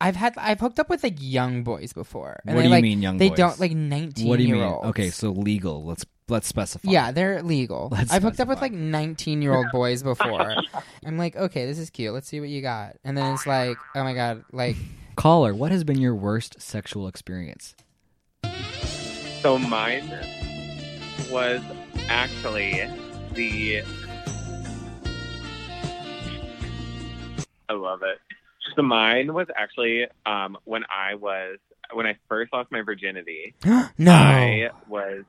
Speaker 2: I've had I've hooked up with like young boys before.
Speaker 1: What
Speaker 2: they,
Speaker 1: do you
Speaker 2: like-
Speaker 1: mean, young
Speaker 2: They
Speaker 1: boys?
Speaker 2: don't like nineteen.
Speaker 1: what do you mean
Speaker 2: year olds.
Speaker 1: okay so legal let's let's specify
Speaker 2: yeah, they're legal.
Speaker 1: Let's
Speaker 2: I've hooked up with like
Speaker 1: specify.
Speaker 2: nineteen year old boys before. I'm like, okay, this is cute. Let's see what you got. And then it's like, oh my god, like
Speaker 1: Caller, what has been your worst sexual experience?
Speaker 11: So mine was actually the. I love it. So mine was actually um, when I was when I first lost my virginity.
Speaker 2: no.
Speaker 11: I was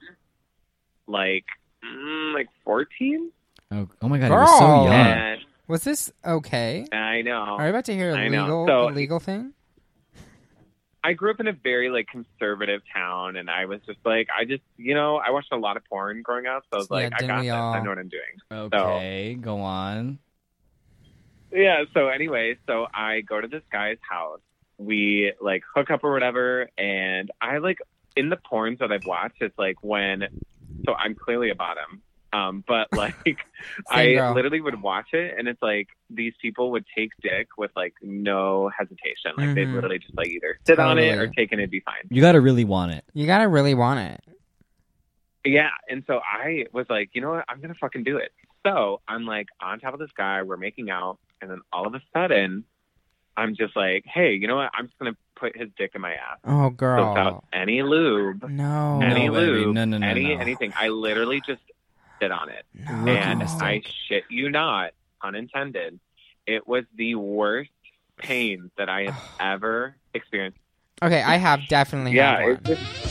Speaker 11: like mm, like fourteen,
Speaker 1: Oh, oh my god, you're so
Speaker 2: Girl.
Speaker 1: young.
Speaker 11: and
Speaker 2: Was this okay?
Speaker 11: and I know
Speaker 2: Are we about to hear a
Speaker 11: I know.
Speaker 2: legal
Speaker 11: So-
Speaker 2: a legal thing?
Speaker 11: I grew up in a very like conservative town, and I was just like I just you know I watched a lot of porn growing up, so I was
Speaker 2: Yeah,
Speaker 11: like I
Speaker 2: didn't
Speaker 11: got
Speaker 2: we
Speaker 11: this, I
Speaker 2: all?
Speaker 11: know what I'm doing.
Speaker 1: Okay, go on.
Speaker 11: Yeah. So anyway, so I go to this guy's house. We like hook up or whatever, and I like in the porns that I've watched, it's like when. So I'm clearly a bottom, um, but like I
Speaker 2: girl.
Speaker 11: literally would watch it, and it's like these people would take dick with like no hesitation. Like they'd
Speaker 2: Mhm.
Speaker 11: literally just like either sit on it or
Speaker 2: Totally.
Speaker 11: take it and be fine.
Speaker 1: You gotta really want it.
Speaker 2: You gotta really want it.
Speaker 11: Yeah. And so I was like, you know what? I'm gonna fucking do it. So I'm like on top of this guy. We're making out, and then all of a sudden, I'm just like, hey, you know what? I'm just gonna put his dick in my ass
Speaker 2: Oh
Speaker 11: So
Speaker 2: girl.
Speaker 11: without any lube,
Speaker 2: No.
Speaker 11: any
Speaker 1: No, baby.
Speaker 11: lube,
Speaker 1: No, no, no,
Speaker 11: any
Speaker 1: no.
Speaker 11: anything. I literally just sit on it,
Speaker 2: No.
Speaker 11: and I shit you not, unintended. It was the worst pain that I have ever experienced.
Speaker 2: Okay, I have definitely
Speaker 11: yeah,
Speaker 2: had one.
Speaker 11: it's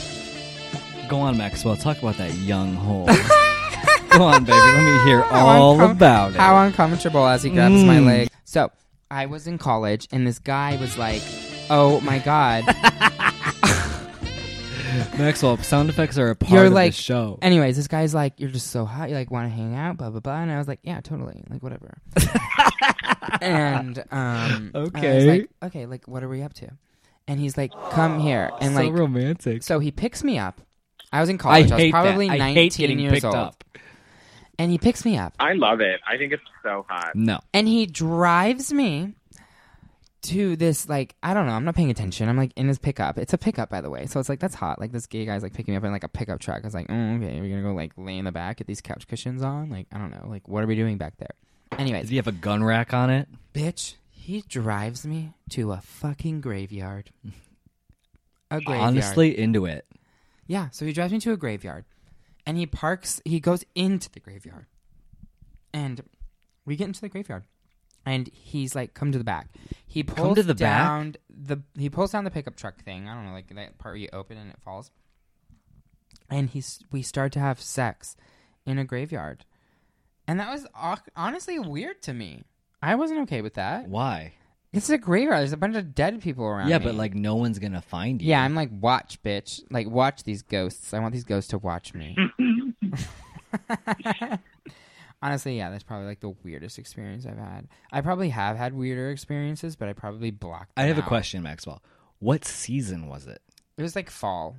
Speaker 11: just
Speaker 1: Go on, Maxwell. Talk about that young hole. go on, baby. Let me hear
Speaker 2: How
Speaker 1: all
Speaker 2: uncom-
Speaker 1: about it.
Speaker 2: How uncomfortable as he grabs my
Speaker 1: Mm.
Speaker 2: leg. So I was in college, and this guy was like, "Oh my god."
Speaker 1: Maxwell, sound effects are a part
Speaker 2: You're
Speaker 1: of
Speaker 2: like-
Speaker 1: the show.
Speaker 2: Anyways, this guy's like, "You're just so hot. You like want to hang out, blah blah blah." And I was like, "Yeah, totally. Like whatever." and um, I was
Speaker 1: Okay.
Speaker 2: like, okay, like what are we up to? And he's like, "Come here," and
Speaker 1: so
Speaker 2: like,
Speaker 1: romantic.
Speaker 2: so he picks me up. I was in
Speaker 1: I
Speaker 2: college. I,
Speaker 1: hate
Speaker 2: was probably
Speaker 1: that. I
Speaker 2: 19
Speaker 1: hate getting
Speaker 2: years
Speaker 1: picked
Speaker 2: old.
Speaker 1: up.
Speaker 2: and he picks me up.
Speaker 11: I love it. I think it's so hot.
Speaker 1: No.
Speaker 2: And he drives me to this like I don't know. I'm not paying attention. I'm like in his pickup. It's a pickup, by the way. So it's like that's hot. Like this gay guy's like picking me up in like a pickup truck. I was like, mm, okay, we're gonna go like lay in the back, get these couch cushions on. Like I don't know. Like what are we doing back there? Anyways,
Speaker 1: Does he have a gun rack on it?
Speaker 2: bitch, he drives me to a fucking graveyard. A graveyard.
Speaker 1: Honestly, into it.
Speaker 2: Yeah, so he drives me to a graveyard and he parks, he goes into the graveyard. And we get into the graveyard and he's like, come to the back. He pulls
Speaker 1: to the back?
Speaker 2: down the, he pulls down the pickup truck thing. I don't know, like that part where you open and it falls. And he's, we start to have sex in a graveyard. And that was awk- honestly weird to me. I wasn't okay with that.
Speaker 1: Why?
Speaker 2: It's a graveyard. There's a bunch of dead people around.
Speaker 1: yeah,
Speaker 2: me.
Speaker 1: but like no one's gonna find you.
Speaker 2: Yeah, I'm like, watch, bitch. Like, watch these ghosts. I want these ghosts to watch me. Honestly, yeah, that's probably like the weirdest experience I've had. I probably have had weirder experiences, but I probably blocked.
Speaker 1: I
Speaker 2: them
Speaker 1: have a
Speaker 2: out.
Speaker 1: question, Maxwell. What season was it?
Speaker 2: It was like fall,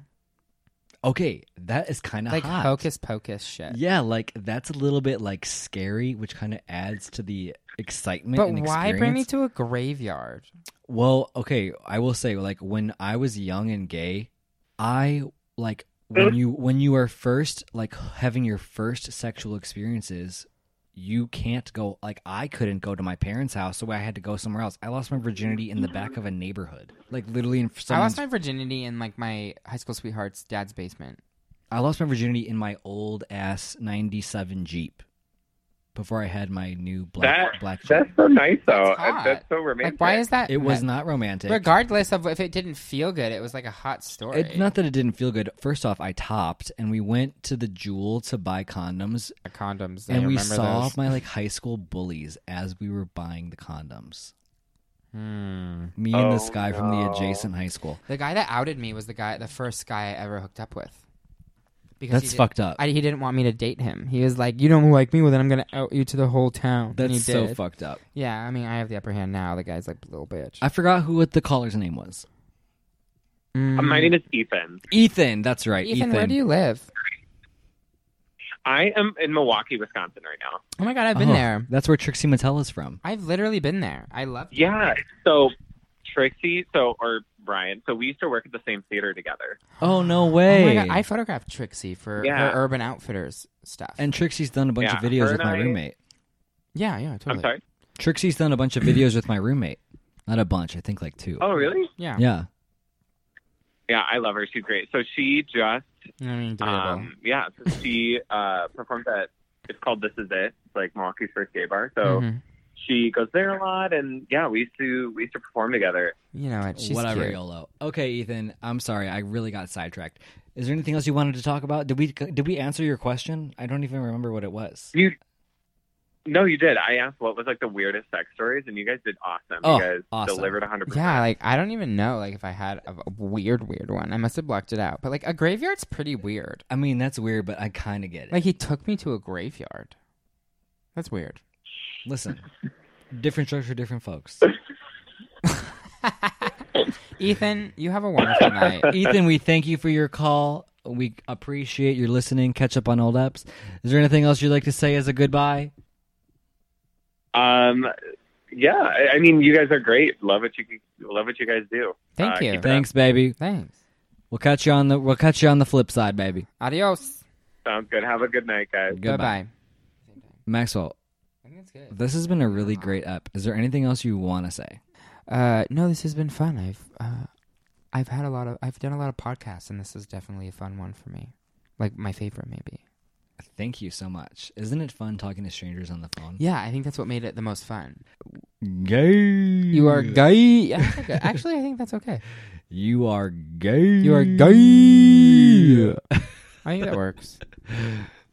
Speaker 1: Okay, that is kind of
Speaker 2: like
Speaker 1: hot.
Speaker 2: hocus pocus shit.
Speaker 1: Yeah, like that's a little bit like scary, which kind of adds to the excitement.
Speaker 2: but
Speaker 1: and
Speaker 2: why bring me
Speaker 1: experience.
Speaker 2: to a graveyard?
Speaker 1: Well, okay, I will say like when I was young and gay, I like when you when you are first like having your first sexual experiences, you can't go like I couldn't go to my parents' house, so I had to go somewhere else. I lost my virginity in the back of a neighborhood. Like literally in
Speaker 2: I
Speaker 1: someone's
Speaker 2: lost my virginity in like my high school sweetheart's dad's basement.
Speaker 1: I lost my virginity in my old ass '97 Jeep before I had my new black
Speaker 11: that
Speaker 1: black Jeep.
Speaker 11: that's so nice though.
Speaker 2: That's hot.
Speaker 11: Oh, uh, That's so romantic.
Speaker 2: Like, why is that?
Speaker 1: It was not romantic.
Speaker 2: Regardless of if it didn't feel good, it was like a hot story.
Speaker 1: It's not that it didn't feel good. First off, I topped, and we went to the Jewel to buy condoms,
Speaker 2: condoms. I
Speaker 1: and we
Speaker 2: remember
Speaker 1: saw
Speaker 2: those.
Speaker 1: my like high school bullies as we were buying the condoms.
Speaker 2: Hmm.
Speaker 1: Me and
Speaker 11: Oh,
Speaker 1: this guy from the adjacent high school.
Speaker 2: The guy that outed me was the guy, the first guy I ever hooked up with. Because
Speaker 1: That's
Speaker 2: he did-
Speaker 1: fucked up.
Speaker 2: I, he didn't want me to date him. He was like, "You don't like me, well then I'm gonna out you to the whole town." And he
Speaker 1: That's so
Speaker 2: did.
Speaker 1: fucked up.
Speaker 2: Yeah, I mean, I have the upper hand now. The guy's like little bitch.
Speaker 1: I forgot who what the caller's name was.
Speaker 2: Mm.
Speaker 11: Uh, My name is Ethan.
Speaker 1: Ethan. That's right.
Speaker 2: Ethan, where do you live?
Speaker 11: I am in Milwaukee, Wisconsin right now.
Speaker 2: Oh my god, I've been
Speaker 1: Oh,
Speaker 2: there.
Speaker 1: That's where Trixie Mattella's from.
Speaker 2: I've literally been there. I love.
Speaker 11: Yeah. So Trixie, so or Brian, so we used to work at the same theater together.
Speaker 1: Oh no
Speaker 2: Oh my
Speaker 1: way!
Speaker 2: god, I photographed Trixie for
Speaker 11: Yeah.
Speaker 2: her Urban Outfitters stuff.
Speaker 1: and Trixie's done a bunch
Speaker 11: Yeah,
Speaker 1: of videos
Speaker 11: her
Speaker 1: with
Speaker 11: and
Speaker 1: my
Speaker 11: I-
Speaker 1: roommate.
Speaker 2: yeah, yeah, totally.
Speaker 11: I'm sorry.
Speaker 1: Trixie's done a bunch of videos with my roommate. Not a bunch. I think like two.
Speaker 11: Oh really?
Speaker 2: Yeah,
Speaker 1: Yeah.
Speaker 11: Yeah, I love her. She's great. So she just
Speaker 2: I mean, debatable.
Speaker 11: um yeah, so she uh performs at it's called This Is It. It's like Milwaukee's first gay bar. So
Speaker 1: Mm-hmm.
Speaker 2: Mhm.
Speaker 11: she goes there a lot and yeah, we used to we used to perform together.
Speaker 2: you know what? She's
Speaker 1: Whatever,
Speaker 2: cute.
Speaker 1: YOLO. Okay, Ethan. I'm sorry. I really got sidetracked. Is there anything else you wanted to talk about? Did we did we answer your question? I don't even remember what it was.
Speaker 11: You no, you did. I asked what was like the weirdest sex stories, and you guys did awesome.
Speaker 1: Oh,
Speaker 11: you guys
Speaker 1: awesome.
Speaker 11: delivered 100%.
Speaker 2: Yeah, like I don't even know like if I had a, a weird, weird one. I must have blocked it out. But like a graveyard's pretty weird.
Speaker 1: I mean, that's weird, but I kind of get it.
Speaker 2: Like he took me to a graveyard. That's weird.
Speaker 1: Listen, different strokes for different folks.
Speaker 2: Ethan, you have a wonderful night.
Speaker 1: Ethan, we thank you for your call. We appreciate your listening. Catch up on old apps. Is there anything else you'd like to say as a goodbye?
Speaker 11: Um, yeah, I, I mean, you guys are great. Love what you love what you guys do. Uh,
Speaker 2: Thank you.
Speaker 11: keep it up.
Speaker 1: Thanks, baby.
Speaker 2: Thanks.
Speaker 1: We'll catch you on the we'll catch you on the flip side, baby.
Speaker 2: Adios.
Speaker 11: Sounds good. Have a good night, guys.
Speaker 1: Goodbye.
Speaker 2: Bye bye.
Speaker 1: Maxwell,
Speaker 2: I think that's good.
Speaker 1: this has been a really great up. Is there anything else you want to say?
Speaker 2: Uh, no, this has been fun. I've uh, I've had a lot of I've done a lot of podcasts, and this is definitely a fun one for me. Like my favorite, maybe.
Speaker 1: Thank you so much. Isn't it fun talking to strangers on the phone?
Speaker 2: Yeah, I think that's what made it the most fun.
Speaker 1: Gay.
Speaker 2: You are gay. Yeah, that's okay. Actually, I think that's okay.
Speaker 1: You are gay.
Speaker 2: You are gay. I think that works.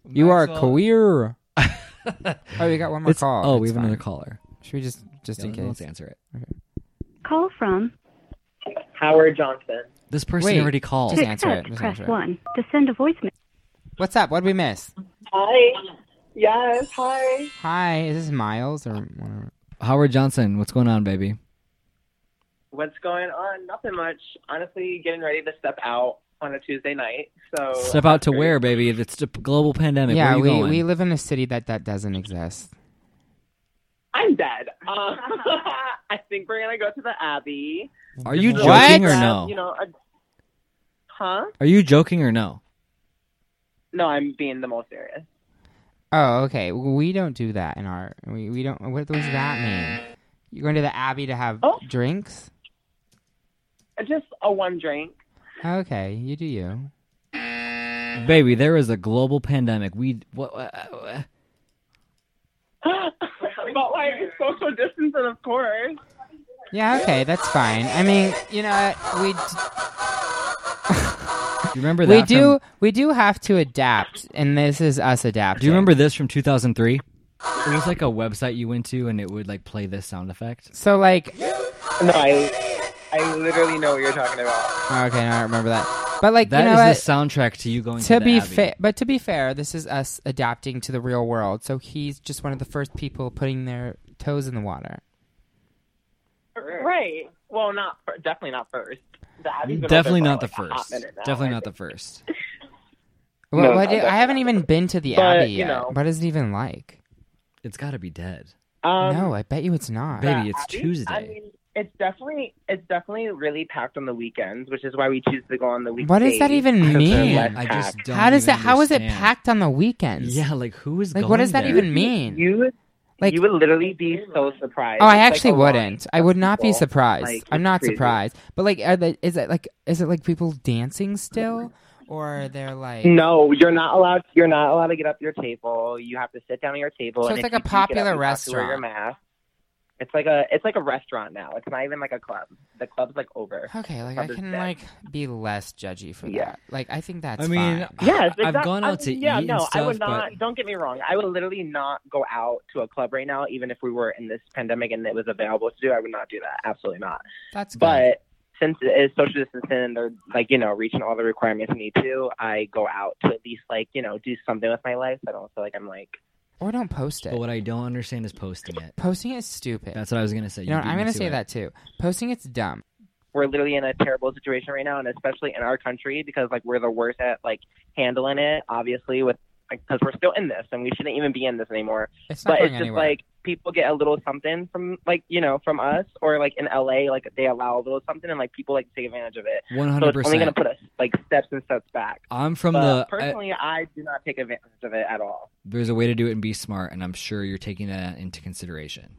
Speaker 2: You are
Speaker 1: Maxwell-
Speaker 2: queer. oh, we got one more
Speaker 1: It's-
Speaker 2: call.
Speaker 1: Oh, we
Speaker 2: It's
Speaker 1: have another
Speaker 2: fine.
Speaker 1: caller.
Speaker 2: Should we just just
Speaker 1: Yeah,
Speaker 2: in
Speaker 1: Let's
Speaker 2: case?
Speaker 1: answer it.
Speaker 3: Call from
Speaker 9: Howard Johnson.
Speaker 1: This person
Speaker 2: Wait.
Speaker 1: already called.
Speaker 2: Just
Speaker 3: to
Speaker 2: answer it.
Speaker 3: accept,
Speaker 2: Just
Speaker 3: press
Speaker 2: answer it.
Speaker 3: 1. To send a voicemail.
Speaker 2: What's up? What did we miss?
Speaker 9: Hi. Yes. Hi.
Speaker 2: Hi, is this Miles or whatever?
Speaker 1: Howard Johnson, what's going on, baby?
Speaker 9: What's going on? Nothing much. Honestly, getting ready to step out.
Speaker 6: on a Tuesday night. So
Speaker 1: Step out to where, baby? If it's a p- global pandemic, where
Speaker 2: yeah,
Speaker 1: are you
Speaker 2: we,
Speaker 1: going?
Speaker 2: we live in a city that that doesn't exist.
Speaker 9: I'm dead. Um, I think we're gonna go to the Abbey.
Speaker 1: Are you
Speaker 9: Just
Speaker 1: joking or
Speaker 9: grab,
Speaker 1: no?
Speaker 9: You know, a, huh?
Speaker 1: Are you joking or no?
Speaker 9: No, I'm being the most serious.
Speaker 2: Oh, okay. Well, We don't do that in our. We, we don't. What does that mean? You're going to the Abbey to have
Speaker 9: Oh.
Speaker 2: drinks?
Speaker 9: Uh, Just a one drink.
Speaker 2: Okay, you do you.
Speaker 1: Baby, there is a global pandemic. We what? Uh, uh,
Speaker 9: but like social distancing, of course.
Speaker 2: Yeah, okay, that's fine. I mean, you know, what, we d-
Speaker 1: do you remember that?
Speaker 2: we do
Speaker 1: from-
Speaker 2: we do have to adapt, and this is us adapting.
Speaker 1: do you remember this from 2003? It was like a website you went to, and it would like play this sound effect.
Speaker 2: So like,
Speaker 9: No, I, I literally know what you're talking about.
Speaker 2: okay, no, I remember that. But like,
Speaker 1: That
Speaker 2: you
Speaker 1: is
Speaker 2: know what?
Speaker 1: the soundtrack to you going to,
Speaker 2: to
Speaker 1: the
Speaker 2: be
Speaker 1: Abbey.
Speaker 2: fair but to be fair this is us adapting to the real world so he's just one of the first people putting their toes in the water
Speaker 9: Right. Well, not fir- definitely not first. The Abbey's been
Speaker 1: Definitely
Speaker 9: open
Speaker 1: not the
Speaker 9: for, like, a hot
Speaker 1: first.
Speaker 9: minute now,
Speaker 1: Definitely
Speaker 9: I
Speaker 1: not the
Speaker 9: think.
Speaker 1: first.
Speaker 2: Wha-
Speaker 9: No,
Speaker 2: what
Speaker 9: no,
Speaker 2: do- i
Speaker 9: definitely
Speaker 2: haven't
Speaker 9: not
Speaker 2: even been to the
Speaker 9: But,
Speaker 2: abbey
Speaker 9: you
Speaker 2: yet
Speaker 9: know.
Speaker 2: what is it even like
Speaker 1: It's got to be dead,
Speaker 9: Um,
Speaker 2: no i bet you it's not
Speaker 1: baby.
Speaker 9: the
Speaker 1: it's
Speaker 9: Abbey,
Speaker 1: Tuesday.
Speaker 9: I mean, it's definitely it's definitely really packed on the weekends, which is why we choose to go on the weekdays.
Speaker 2: what does that even
Speaker 9: Because they're
Speaker 2: mean
Speaker 9: less
Speaker 1: I
Speaker 9: packed.
Speaker 1: just don't.
Speaker 2: how does that
Speaker 1: even
Speaker 2: how is it
Speaker 1: understand.
Speaker 2: packed on the weekends
Speaker 1: Yeah, like who is
Speaker 2: like
Speaker 1: going
Speaker 2: what does that
Speaker 1: there?
Speaker 2: even mean
Speaker 9: You would
Speaker 2: Like-
Speaker 9: you would literally be so surprised.
Speaker 2: Oh, I
Speaker 9: It's like
Speaker 2: actually
Speaker 9: a lot
Speaker 2: wouldn't.
Speaker 9: of
Speaker 2: I would not be
Speaker 9: people.
Speaker 2: surprised.
Speaker 9: Like,
Speaker 2: I'm
Speaker 9: it's
Speaker 2: not
Speaker 9: crazy.
Speaker 2: surprised. But like, are they, is it like is it like people dancing still, or they're like
Speaker 9: No, you're not allowed. You're not allowed to get up your table. You have to sit down at your table.
Speaker 2: So
Speaker 9: and
Speaker 2: it's
Speaker 9: if
Speaker 2: like a
Speaker 9: you do get up,
Speaker 2: popular
Speaker 9: you have to wear
Speaker 2: restaurant.
Speaker 9: your mask. It's like a it's like a restaurant now. It's not even like a club. The club's like over.
Speaker 2: Okay, like I can
Speaker 9: Understand.
Speaker 2: like be less judgy for
Speaker 9: Yeah.
Speaker 2: that. Like I think that's.
Speaker 1: I mean,
Speaker 2: fine.
Speaker 1: I-
Speaker 9: Yes, exact-
Speaker 1: I've gone
Speaker 9: I-
Speaker 1: out to
Speaker 9: yeah,
Speaker 1: eat
Speaker 9: no,
Speaker 1: and stuff,
Speaker 9: I would not.
Speaker 1: but
Speaker 9: Don't get me wrong. I would literally not go out to a club right now, even if we were in this pandemic and it was available to do. I would not do that. Absolutely not.
Speaker 2: that's good.
Speaker 9: But since it is social distancing and they're like you know reaching all the requirements you need to, I go out to at least like you know do something with my life. I don't feel like I'm like
Speaker 2: or don't post
Speaker 1: but
Speaker 2: it.
Speaker 1: what I don't understand is posting it.
Speaker 2: Posting is stupid.
Speaker 1: That's what I was gonna say.
Speaker 2: you know, what?
Speaker 1: beat
Speaker 2: I'm
Speaker 1: me
Speaker 2: gonna
Speaker 1: to
Speaker 2: say
Speaker 1: it.
Speaker 2: that too. Posting it's dumb.
Speaker 9: we're literally in a terrible situation right now, and especially in our country because like we're the worst at like handling it. Obviously, with because we're still in this, and we shouldn't even be in this anymore.
Speaker 2: It's not
Speaker 9: but
Speaker 2: going
Speaker 9: it's just
Speaker 2: anywhere.
Speaker 9: like people get a little something from like you know from us, or like in LA, like they allow a little something, and like people like take advantage of it.
Speaker 1: One
Speaker 9: So
Speaker 1: hundred
Speaker 9: it's only going
Speaker 1: percent.
Speaker 9: to put us like steps and steps back.
Speaker 1: I'm from
Speaker 9: but
Speaker 1: the. I-
Speaker 9: personally, I do not take advantage of it at all.
Speaker 1: there's a way to do it and be smart, and I'm sure you're taking that into consideration.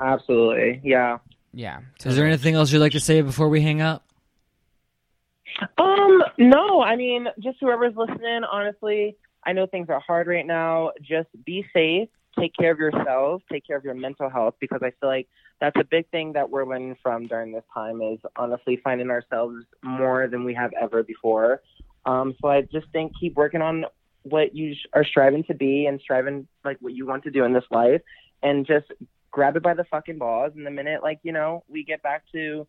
Speaker 9: Absolutely, yeah.
Speaker 2: yeah.
Speaker 1: Is there
Speaker 2: totally.
Speaker 1: anything else you'd like to say before we hang up?
Speaker 9: Um, no, I mean, just whoever's listening, honestly, I know things are hard right now. Just be safe, take care of yourself, take care of your mental health, because I feel like that's a big thing that we're learning from during this time is honestly finding ourselves more than we have ever before. Um, so I just think keep working on what you sh- are striving to be and striving like what you want to do in this life and just grab it by the fucking balls. And the minute, like, you know, we get back to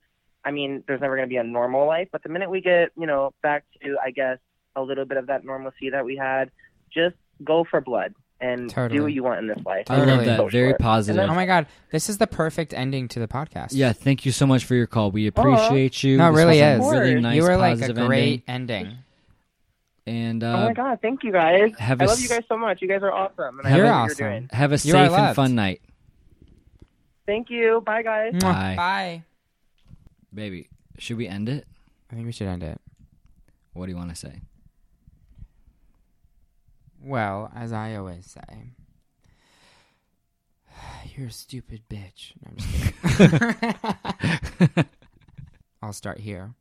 Speaker 9: I mean, there's never going to be a normal life, but the minute we get, you know, back to, I guess, a little bit of that normalcy that we had, just go for blood and
Speaker 2: Totally.
Speaker 9: do what you want in this life.
Speaker 1: I love
Speaker 2: Totally.
Speaker 1: that.
Speaker 9: So
Speaker 1: Very
Speaker 9: short.
Speaker 1: positive.
Speaker 2: Oh my god, this is the perfect ending to the podcast.
Speaker 1: Yeah, thank you so much for your call. We appreciate you.
Speaker 2: No, it
Speaker 1: This
Speaker 2: really
Speaker 1: was a
Speaker 2: is.
Speaker 1: Really nice,
Speaker 2: you were like a
Speaker 1: positive
Speaker 2: great ending.
Speaker 1: ending. And
Speaker 9: Oh my
Speaker 1: uh,
Speaker 9: God, thank you guys.
Speaker 1: have
Speaker 9: I
Speaker 1: a
Speaker 9: love you
Speaker 1: s-
Speaker 9: guys so much. You guys are awesome. And I
Speaker 2: You're
Speaker 9: love what
Speaker 2: awesome.
Speaker 9: you're doing.
Speaker 1: have a
Speaker 2: You
Speaker 1: safe
Speaker 2: are
Speaker 1: and
Speaker 2: loved.
Speaker 1: fun night,
Speaker 9: Thank you. Bye, guys.
Speaker 2: Mwah.
Speaker 1: Bye.
Speaker 2: Bye.
Speaker 1: baby. Should we end it?
Speaker 2: I think we should end it.
Speaker 1: What do you want to say?
Speaker 2: Well, as I always say, you're a stupid bitch. No, I'm just kidding. I'll start here.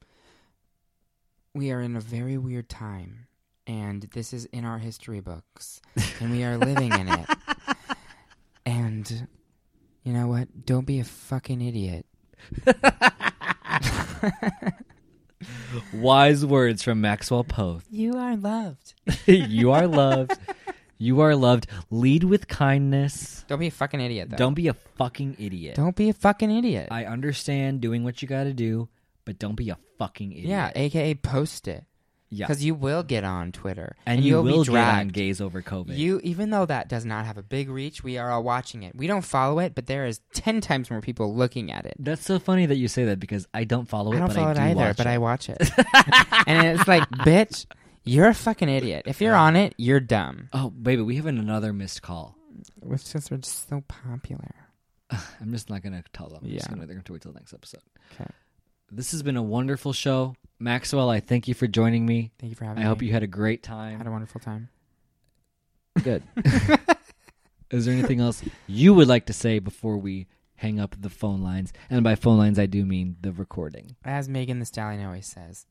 Speaker 2: We are in a very weird time, and this is in our history books, and we are living in it. And you know what? Don't be a fucking idiot.
Speaker 1: Wise words from Maxwell Poth.
Speaker 2: you are loved.
Speaker 1: you are loved. You are loved. Lead with kindness.
Speaker 2: Don't be a fucking idiot, though.
Speaker 1: Don't be a fucking idiot.
Speaker 2: Don't be a fucking idiot.
Speaker 1: I understand doing what you got to do, but don't be a fucking idiot.
Speaker 2: yeah, aka post it.
Speaker 1: Yeah.
Speaker 2: Because you will get on Twitter
Speaker 1: And, you
Speaker 2: will
Speaker 1: will get
Speaker 2: be
Speaker 1: on
Speaker 2: dragged.
Speaker 1: gays over COVID.
Speaker 2: You, even though that does not have a big reach, we are all watching it. We don't follow it, but there is ten times more people looking at it.
Speaker 1: That's so funny that you say that because I don't follow it.
Speaker 2: I don't
Speaker 1: but
Speaker 2: follow
Speaker 1: I
Speaker 2: it
Speaker 1: do
Speaker 2: either,
Speaker 1: watch
Speaker 2: but
Speaker 1: it.
Speaker 2: I watch it, and it's like, bitch, you're a fucking idiot. If you're on it, you're dumb.
Speaker 1: Oh, baby, we have another missed call.
Speaker 2: It's just we're just so popular.
Speaker 1: I'm just not gonna tell them. I'm just
Speaker 2: Yeah.
Speaker 1: gonna, they're gonna have to wait till the next episode.
Speaker 2: Okay.
Speaker 1: This has been a wonderful show, Maxwell. I thank you for joining me.
Speaker 2: Thank you for having
Speaker 1: I
Speaker 2: me.
Speaker 1: hope you had a great
Speaker 2: had
Speaker 1: time.
Speaker 2: a wonderful time.
Speaker 1: Good. Is there anything else you would like to say before we hang up the phone lines? And by phone lines, I do mean the recording.
Speaker 2: "Ah, As Megan the Stallion always says.